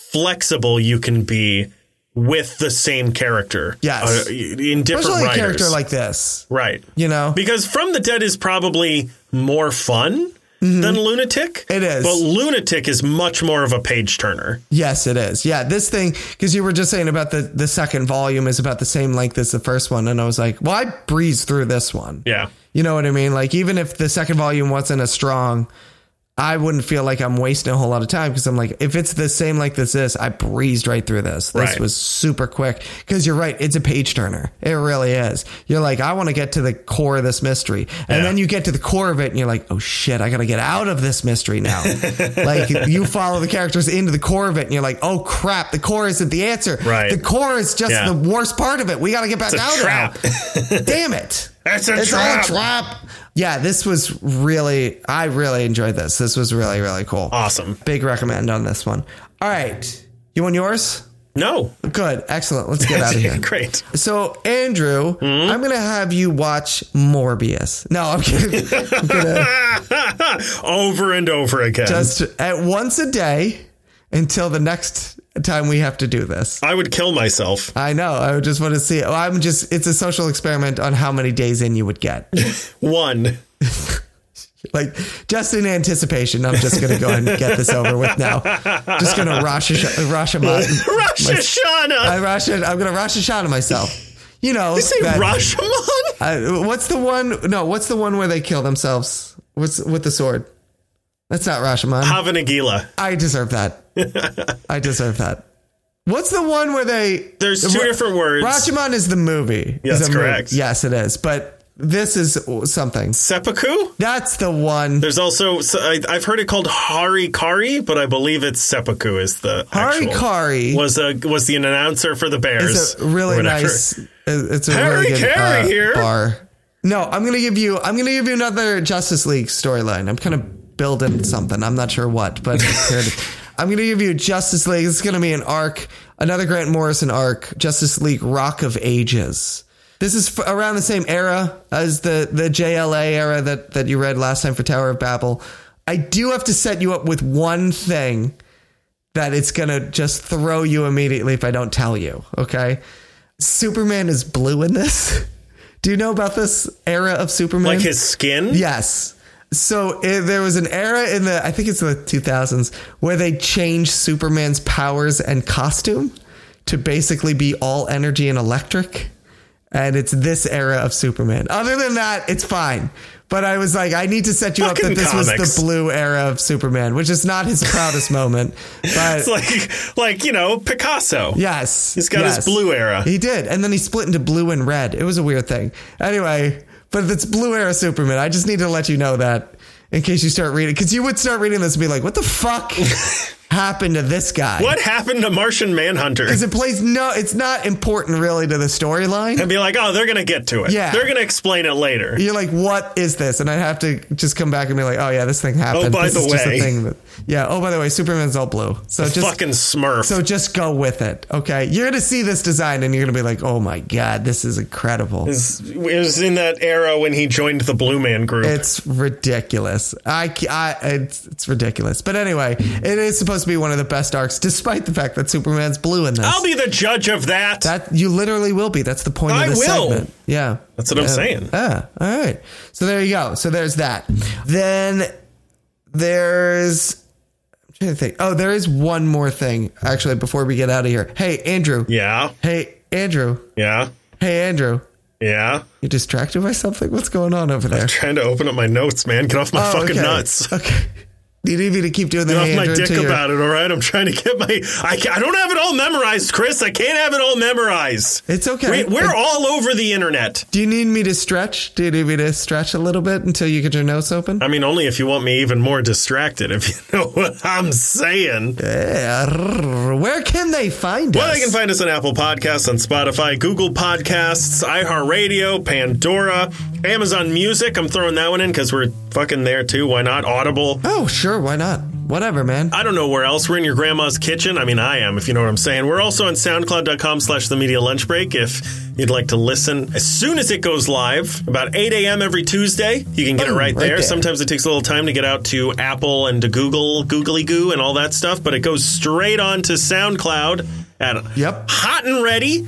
flexible you can be with the same character.
Yes.
uh, in different
Especially a
writers.
character like this,
right.
you know?
Because From the Dead is probably more fun than Lunatic.
Mm-hmm. It is.
But Lunatic is much more of a page turner.
Yes, it is. Yeah, this thing because you were just saying about the the second volume is about the same length as the first one, and I was like, well, I breezed through this one.
Yeah.
You know what I mean? Like even if the second volume wasn't as strong, I wouldn't feel like I'm wasting a whole lot of time because I'm like, if it's the same like this, this I breezed right through this. This
Right.
was super quick because you're right. It's a page turner. It really is. You're like, I want to get to the core of this mystery, and
Yeah.
then you get to the core of it, and you're like, oh shit, I gotta get out of this mystery now. like you follow the characters into the core of it, and you're like, oh crap, the core isn't the answer.
Right.
The core is just
Yeah.
the worst part of it. We gotta get back
It's a
out
trap.
of it. Damn it.
That's a
It's all a trap. Yeah, this was really, I really enjoyed this. This was really, really cool.
Awesome.
Big recommend on this one. All right. You want yours?
No.
Good. Excellent. Let's get out of here.
Great.
So, Andrew,
Hmm?
I'm going to have you watch Morbius. No, I'm kidding.
Over and over again.
Just at once a day until the next time we have to do this.
I would kill myself.
I know. I just want to see. I'm just, it's a social experiment on how many days in you would get.
One.
Like just in anticipation, I'm just gonna go ahead and get this over with now. Just gonna Rosh Hashanah, Rosh Hashanah,
Rosh Hashanah.
I Rosh Hashanah- I'm gonna Rosh Hashanah myself. You know,
Say
that-
Rashomon?
uh, what's the one? No, what's the one where they kill themselves? What's with the sword? That's not Rosh Hashanah.
Havanagila.
I deserve that. I deserve that. What's the one where they?
There's two different words.
Rashomon is the movie.
Yeah,
Is
that's
a movie.
correct.
Yes, it is. But this is something.
Seppuku?
That's the one.
There's also, so I, I've heard it called Harikari, but I believe it's Seppuku is the actual.
Harikari.
Was, a, was the announcer for the Bears.
It's a really
or whatever.
nice. it- It's a
Harry
really good
Carey
uh,
here.
bar. No, I'm gonna give you. I'm gonna give you another Justice League storyline. I'm kind of building something. I'm not sure what, but here it is. I'm gonna give you Justice League. It's gonna be an arc, another Grant Morrison arc, Justice League Rock of Ages. This is f- around the same era as the the JLA era that that you read last time for Tower of Babel. I do have to set you up with one thing that it's going to just throw you immediately if I don't tell you. Okay. Superman is blue in this. Do you know about this era of Superman?
Like his skin?
Yes. So eh, there was an era in the, I think it's the 2000s, where they changed Superman's powers and costume to basically be all energy and electric. And it's this era of Superman. Other than that, it's fine. But I was like, I need to set you up
Fucking
that this was
comics.
the blue era of Superman, which is not his proudest moment. But
It's like, like you know, Picasso.
yes,
He's got his
yes.
blue era.
He did. And then he split into blue and red. It was a weird thing. Anyway, but it's Blue Era Superman. I just need to let you know that in case you start reading. Because you would start reading this and be like, what the fuck happened to this guy?
What happened to Martian Manhunter?
'Cause it plays no, it's not important really to the storyline.
And be like, oh, they're gonna get to it.
Yeah.
They're gonna explain it later.
You're like, what is this? And I have to just come back and be like, oh yeah, this thing happened.
Oh, by
This
the
is just a
way.
thing that- yeah. Oh, by the way, Superman's all blue. So just
Fucking Smurf.
So just go with it, okay? You're gonna see this design and you're gonna be like, "Oh my god, this is incredible!"
it was in that era when he joined the Blue Man Group.
It's ridiculous. I, ca- I it's, it's ridiculous. But anyway, it is supposed to be one of the best arcs, despite the fact that Superman's blue in this.
I'll be the judge of that.
that you literally will be. That's the point
I
of this
will.
segment. Yeah,
That's what I'm
Yeah.
saying.
Ah, all right. So there you go. So there's that. Then there's. I'm trying to think. Oh, there is one more thing actually before we get out of here. Hey, Andrew.
Yeah.
Hey, Andrew.
Yeah.
Hey, Andrew.
Yeah.
You distracted by something? What's going on over there?
Trying to open up my notes, man. Get off my
Oh,
fucking
okay.
nuts.
Okay. You need me to keep doing the
Get off
hand
my
or
dick
to your-
about it, all right? I'm trying to get my. I, ca- I don't have it all memorized, Chris. I can't have it all memorized.
It's okay. Uh,
We, we're all over the internet.
Do you need me to stretch? Do you need me to stretch a little bit until you get your nose open?
I mean, only if you want me even more distracted, if you know what I'm saying.
Yeah. Eh, Where can they find
Well,
us?
they can find us on Apple Podcasts, on Spotify, Google Podcasts, iHeartRadio, Pandora, Amazon Music. I'm throwing that one in because we're fucking there too. Why not? Audible.
oh, sure. Why not? Whatever, man.
I don't know where else. We're in your grandma's kitchen. I mean, I am, if you know what I'm saying. We're also on soundcloud.com slash the media lunch break if you'd like to listen as soon as it goes live, about 8 a.m. every Tuesday. You can get
Boom,
it right,
right
there.
there.
Sometimes it takes a little time to get out to Apple and to Google, Googly Goo, and all that stuff, but it goes straight on to SoundCloud at
Yep.
hot and ready,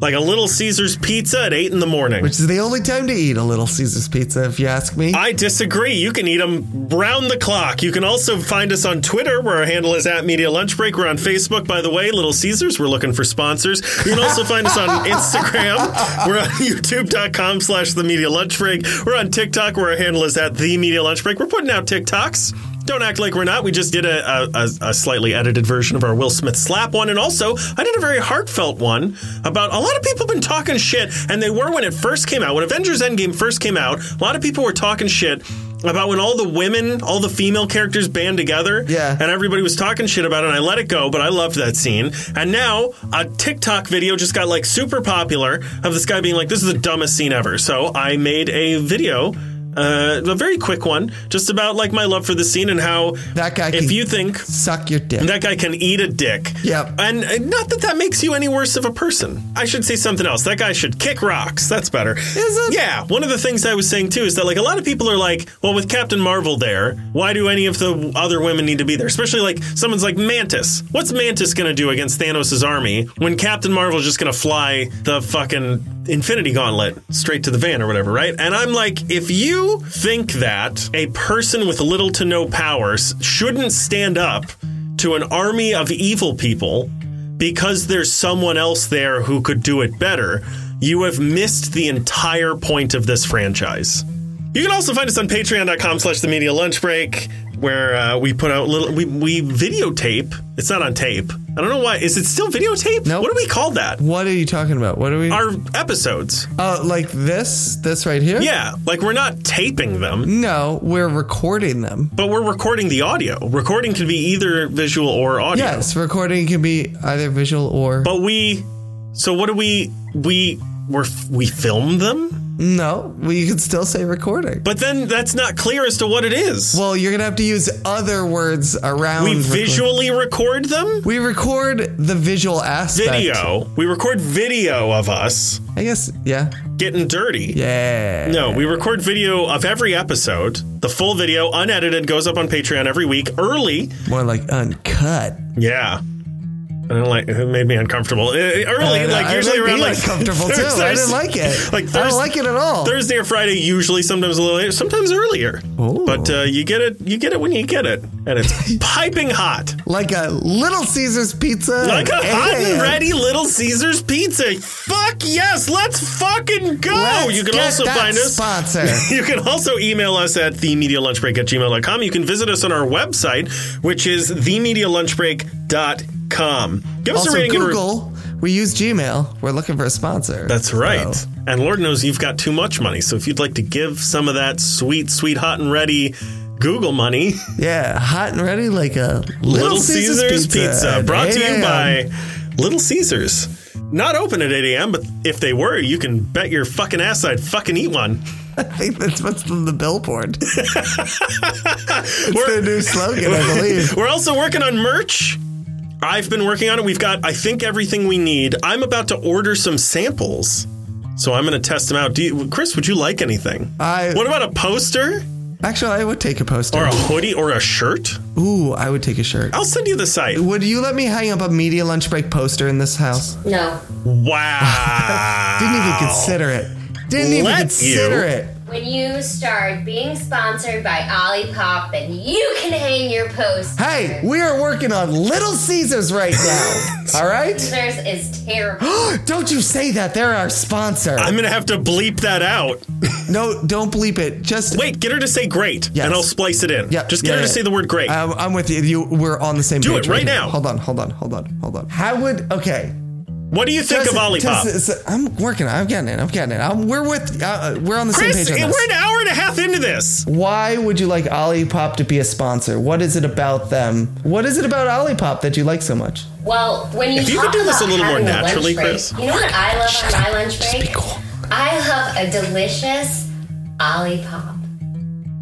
like a Little Caesar's pizza at 8 in the morning.
Which is the only time to eat a Little Caesars pizza, if you ask me.
I disagree. You can eat them round the clock. You can also find us on Twitter, where our handle is at Media Lunch Break. We're on Facebook, by the way, Little Caesars. We're looking for sponsors. You can also find us on Instagram. We're on YouTube.com slash The Media Lunch Break. We're on TikTok, where our handle is at The Media Lunch Break. We're putting out TikToks. Don't act like we're not. We just did a, a, a, a slightly edited version of our Will Smith slap one. And also, I did a very heartfelt one about a lot of people have been talking shit, and they were when it first came out. When Avengers Endgame first came out, a lot of people were talking shit about when all the women, all the female characters band together.
Yeah.
And everybody was talking shit about it, and I let it go, but I loved that scene. And now, a TikTok video just got like super popular of this guy being like, this is the dumbest scene ever. So I made a video. Uh, a very quick one, just about like my love for the scene and how
that guy
if
can
you think
suck your dick.
that guy can eat a dick,
Yep.
and uh, not that that makes you any worse of a person. I should say something else. That guy should kick rocks. That's better. Is
it?
Yeah. One of the things I was saying too is that like a lot of people are like, well, with Captain Marvel there, why do any of the other women need to be there? Especially like someone's like Mantis. What's Mantis gonna do against Thanos' army when Captain Marvel's just gonna fly the fucking Infinity Gauntlet straight to the van or whatever, right? And I'm like, if you think that a person with little to no powers shouldn't stand up to an army of evil people because there's someone else there who could do it better, you have missed the entire point of this franchise. You can also find us on patreon.com slash the media lunch break, where uh, we put out little, we, we videotape. It's not on tape. I don't know why. Is it still videotape?
Nope.
What do we call that?
what are you talking about? What are we?
Our episodes.
uh, like this? This right here?
Yeah. Like we're not taping them,
No, we're recording them.
but we're recording the audio. Recording can be either visual or audio.
Yes, recording can be either visual or
But we, so what do we? We were we film them?
No, well, you can still say recording.
But then that's not clear as to what it is.
well, you're gonna have to use other words around.
we
record-
visually record them?
We record the visual aspect.
Video. We record video of us
I guess. Yeah.
getting dirty.
Yeah.
No, we record video of every episode. The full video, unedited, goes up on Patreon every week early.
More like uncut.
Yeah. I don't like it made me uncomfortable. Uh, Early,
And
like
I
usually
made
around
me
like
uncomfortable too.
Thursday-
I didn't like it.
Like
I
Thursday-
don't like it at all.
Thursday or Friday, usually sometimes a little later, sometimes earlier.
Ooh.
But uh, you get it, you get it when you get it, and it's piping hot,
like a Little Caesars pizza. at
like a hot
8
and
a.m..
ready Little Caesars pizza. Fuck yes, let's fucking go.
Let's
Oh, you can
get
also
that
find us.
sponsor.
You can also email us at themedialunchbreak at gmail.com. You can visit us on our website, which is themedialunchbreak.com. Give us a
also,
rating and review.
Google. We use Gmail. We're looking for a sponsor.
That's right.
So,
And Lord knows you've got too much money. So if you'd like to give some of that sweet, sweet, hot and ready Google money,
yeah, hot and ready like a Little,
Little Caesars, Pizza,
at
brought to
8
you
a.m..
by Little Caesars. Not open at 8 a.m., but if they were, you can bet your fucking ass I'd fucking eat one.
I think that's what's on the billboard. it's
We're-
their new slogan, I believe.
We're also working on merch. I've been working on it. We've got, I think, everything we need. I'm about to order some samples. So I'm going to test them out. Do you, Chris, would you like anything?
I-
what about a poster
Actually, I would take a
or
poster.
a hoodie or a shirt?
Ooh, I would take a shirt.
I'll send you the site.
Would you let me hang up a media lunch break poster in this house?
No.
Wow.
Didn't even consider it. Didn't even
Let
consider
you.
it.
When you start being sponsored by Olipop, then you can hang your post.
Hey, we are working on Little Caesars right now. All right?
Caesars is terrible.
Don't you say that. They're our sponsor.
I'm going to have to bleep that out.
no, don't bleep it. Just
Wait, get her to say great,
Yes.
and I'll splice it in.
Yeah,
Just get her to
yeah, yeah. Uh, Um,
say the word great.
I'm, I'm with you. you. We're on the same
Do
page.
it right
here.
now.
Hold on, hold on, hold on, hold on. How would okay?
what do you think of
Just-
Olipop?
just- just- I'm working. I'm getting it. I'm getting it. I'm, we're with. Uh, uh, we're on the
Chris,
same page.
we're
On this.
an hour and a half into this.
Why would you like Olipop to be a sponsor? What is it about them? What is it about Olipop that you like so much?
Well, when you
If you
talk
could do this a
about
little more
having lunch
naturally,
break,
Chris.
You know what I love on my lunch break?
be cool.
I love a delicious Olipop.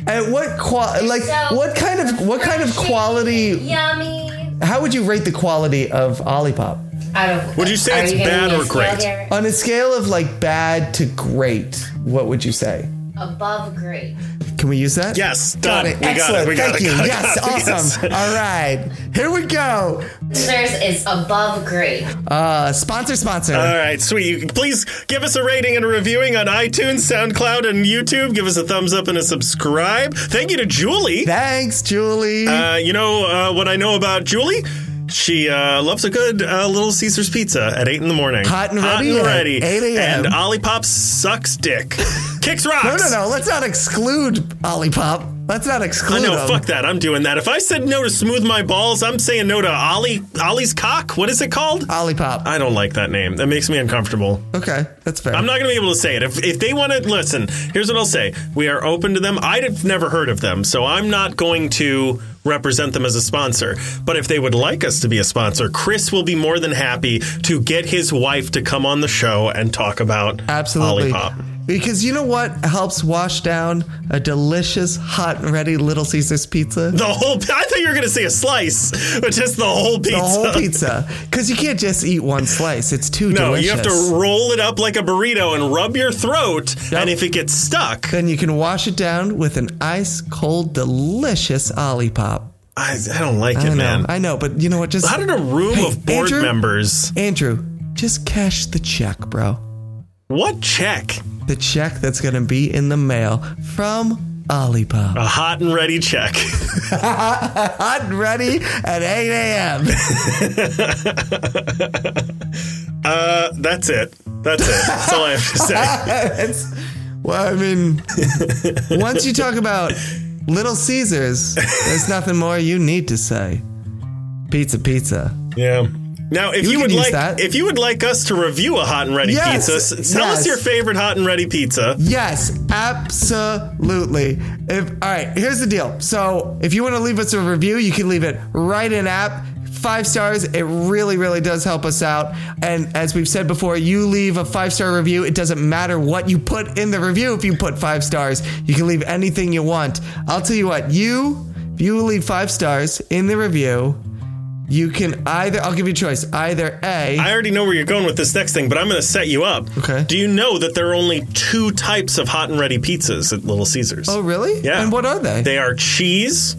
And what qual like
So-
what kind of what kind of
Crunchy,
quality?
Yummy.
How would you rate the quality of Olipop
I don't.
Would you say
Are
it's
gonna
bad
give me
or
a scale
great?
here?
on a scale of like bad to great? What would you say?
Above great.
Can we use that?
Yes,
Got
done.
it.
We got it.
Excellent.
We got
Thank
it.
you.
Got it.
yes.
Got it.
Awesome. All right. Here we go.
Caesars is above great.
Uh, sponsor, sponsor.
All right, sweet. You, please give us a rating and a reviewing on iTunes, SoundCloud, and YouTube. Give us a thumbs up and a subscribe. Thank you to Julie.
Thanks, Julie.
Uh, you know uh, what I know about Julie? She uh, loves a good uh, Little Caesar's pizza at 8 in the morning.
Hot and ready at 8 a.m..
And Olipop sucks dick. Kicks rocks.
no, no, no. Let's not exclude Olipop. Let's not exclude
I know,
him.
fuck that. I'm doing that. If I said no to smooth my balls, I'm saying no to Ollie, Ollie's cock. What is it called?
Olipop.
I don't like that name. That makes me uncomfortable.
Okay, that's fair.
I'm not going to be able to say it. If, if they want to listen, here's what I'll say. We are open to them. I've never heard of them, so I'm not going to represent them as a sponsor. But if they would like us to be a sponsor, Chris will be more than happy to get his wife to come on the show and talk about
Absolutely.
Olipop.
Because you know what helps wash down a delicious, hot and ready Little Caesars pizza?
The whole, I thought you were going to say a slice, but just the whole pizza.
The whole pizza. Because you can't just eat one slice. It's too
no,
delicious.
you have to roll it up like a burrito and rub your throat,
Yep.
and if it gets stuck,
Then you can wash it down with an ice cold, delicious Olipop.
I, I don't like
I
it,
know,
man.
I know, but you know what? Just
How did a room
Hey,
of board
Andrew?
members?
Andrew, just cash the check, bro.
What check?
The check that's gonna be in the mail from Olipop.
A hot and ready check.
Hot and ready at 8 a.m.
Uh, that's it. That's it. That's all I have to say.
It's- well, I mean, once you talk about Little Caesars, there's nothing more you need to say. Pizza, pizza.
Yeah. Now, if you,
can
would
use
like,
that.
if you would like us to review a hot and ready
Yes,
pizza, s- tell us
yes.
your favorite hot and ready pizza.
Yes, absolutely. If all right, here's the deal. So if you want to leave us a review, you can leave it right in app. five stars. It really, really does help us out. And as we've said before, you leave a five star review. It doesn't matter what you put in the review if you put five stars. You can leave anything you want. I'll tell you what, you, if you leave five stars in the review, you can either, I'll give you a choice, either A.
I already know where you're going with this next thing, but I'm going to set you up.
Okay.
Do you know that there are only two types of hot and ready pizzas at Little Caesars?
oh, really?
Yeah.
And what are they? Uh-huh.
They are cheese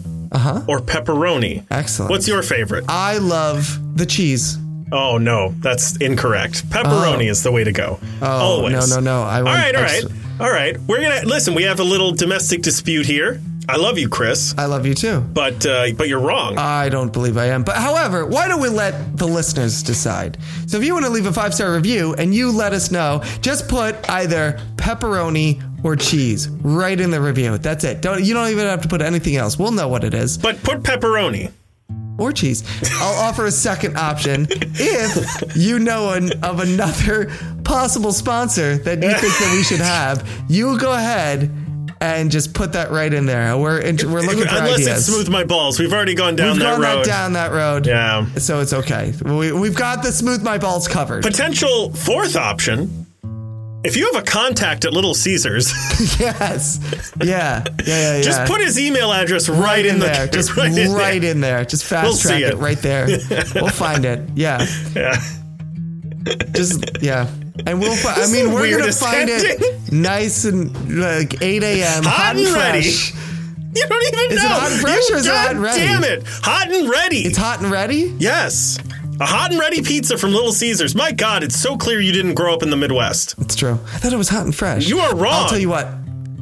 or pepperoni.
Excellent. Uh,
What's your favorite?
I love the cheese.
Oh no, that's incorrect. Pepperoni is the way to go. Oh, Always.
no, no, no. I
all
want
right, all right,
extra-
all right. We're gonna listen. We have a little domestic dispute here. I love you, Chris,
I love you too.
but uh, but you're wrong.
I don't believe I am. But however, why don't we let the listeners decide? So if you want to leave a five star review and you let us know, just put either pepperoni or cheese right in the review. That's it. Don't you don't even have to put anything else. We'll know what it is.
but put pepperoni.
Or cheese. I'll offer a second option if you know an, of another possible sponsor that you think that we should have. You go ahead and just put that right in there. We're int- we're looking for
Unless
ideas.
it's smooth my balls. We've already gone down
We've
that
gone
road.
that down that road.
Yeah.
So it's okay. We, we've got the smooth my balls covered.
Potential fourth option. If you have a contact at Little Caesars,
yes. Yeah. Yeah. Yeah. yeah.
just put his email address right,
right
in, the
there. Just right,
in
in,
there.
there. Just fast
We'll see
track it.
it.
right there. we'll find it. Yeah.
Yeah.
Just yeah. And we'll. Fi- I
is
mean,
the
we're gonna
weirdest
find
ending.
it nice and like 8 a.m. Hot,
Hot
and
and ready.
fresh.
You don't even
Is it
know.
hot and fresh
You
or is it hot and ready?
Damn it! Hot and ready.
It's hot and ready.
Yes. A hot and ready pizza from Little Caesars. My God, it's so clear you didn't grow up in the Midwest.
It's true. I thought it was hot and fresh.
You are wrong.
I'll tell you what.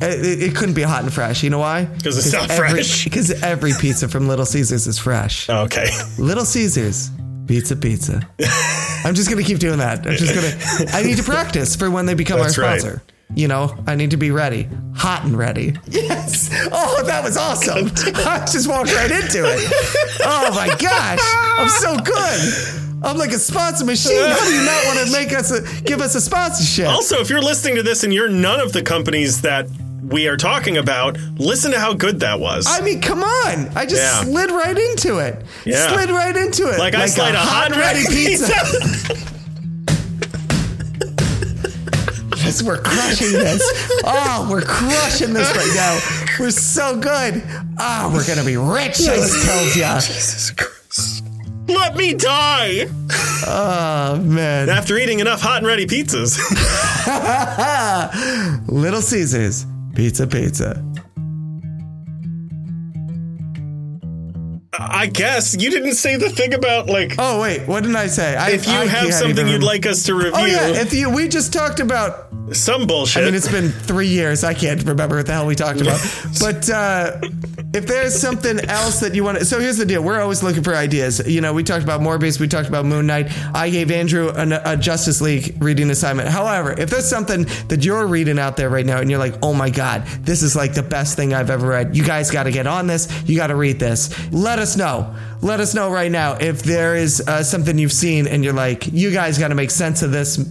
It, it- it couldn't be hot and fresh. You know why?
'Cause it's not
every,
fresh.
Because every pizza from Little Caesars is fresh.
Okay.
Little Caesars, pizza, pizza. I'm just gonna keep doing that. I'm just gonna. I need to practice for when they become
That's
our
right.
sponsor. You know, I need to be ready, hot and ready. Yes. Oh, that was awesome. I just walked right into it. Oh my gosh, I'm so good. I'm like a sponsor machine. How do you not want to make us a, give us a sponsorship?
Also, if you're listening to this and you're none of the companies that we are talking about, listen to how good that was.
I mean, come on! I just
Yeah.
slid right into it.
Yeah.
Slid right into it.
like, I slide a, hot and ready pizza.
Yes, we're crushing this. Oh, we're crushing this right now. We're so good. Ah, we're gonna be rich. I tells ya.
Jesus Christ. Let me die.
Oh man,
After eating enough hot and ready pizzas.
Little Caesars pizza pizza.
I guess you didn't say the thing about, like,
Oh wait, what did I say? I,
if you
I
have
can't
something
even
you'd
remember.
like us to review,
Oh yeah, if you we just talked about.
some bullshit.
I mean, it's been three years. I can't remember what the hell we talked about. But uh, if there's something else that you want to, so here's the deal: we're always looking for ideas. You know, we talked about Morbius, we talked about Moon Knight. I gave Andrew an, a Justice League reading assignment. However, if there's something that you're reading out there right now, and you're like, "Oh my God, this is like the best thing I've ever read," you guys got to get on this. You got to read this. Let us know. Let us know right now if there is uh, something you've seen and you're like, "You guys got to make sense of this."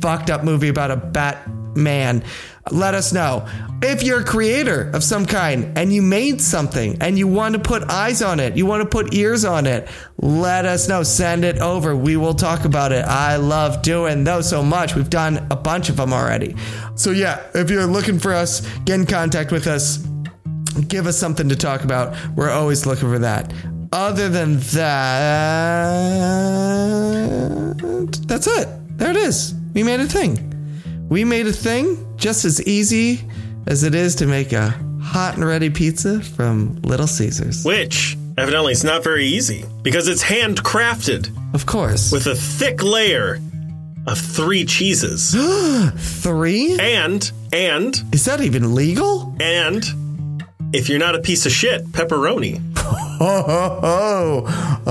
fucked up movie about a Batman. Let us know. If you're a creator of some kind and you made something and you want to put eyes on it, you want to put ears on it, let us know. Send it over. We will talk about it. I love doing those so much. We've done a bunch of them already. So, yeah, if you're looking for us, get in contact with us give us something to talk about. We're always looking for that. Other than that, that's it. There it is. We made a thing. We made a thing just as easy as it is to make a hot and ready pizza from Little Caesars.
Which, evidently, is not very easy because it's handcrafted
Of course.
with a thick layer of three cheeses.
Three?
and, and,
Is that even legal?
and, if you're not a piece of shit, pepperoni.
Oh, oh, oh,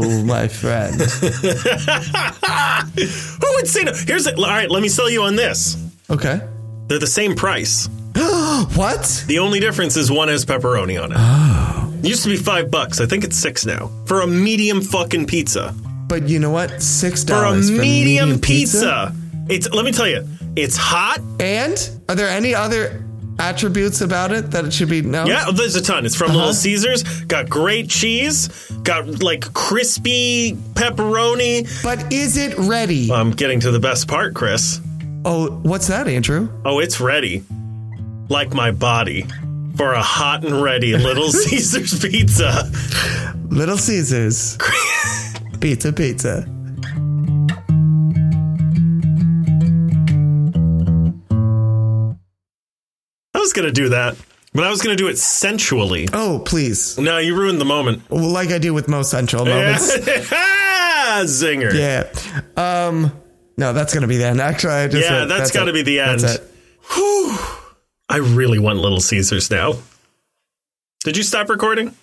oh my friend.
Who would say no? Here's it. All right, let me sell you on this.
Okay.
They're the same price.
What?
The only difference is one has pepperoni on it. Oh. Used to be five bucks. I think it's six now for a medium fucking pizza.
But you know what? Six
For a
dollars
medium, pizza. It's. Let me tell you, it's hot.
And are there any other attributes about it that it should be known?
Yeah, oh, there's a ton. It's from
Uh-huh.
Little Caesars. Got great cheese. Got like crispy pepperoni.
But is it ready?
I'm getting to the best part, Chris.
oh, what's that, Andrew?
Oh, it's ready. Like my body. For a hot and ready Little Caesars pizza.
Little Caesars. pizza, pizza.
I was going to do that, but I was going to do it sensually.
Oh, please.
No, you ruined the moment.
Well, like I do with most central moments.
Ah, Zinger.
Yeah. Um. No, that's gonna be the end. Actually, I just
Yeah,
it.
that's got to
it.
be the end.
That's it.
Whew. I really want Little Caesars now. Did you stop recording?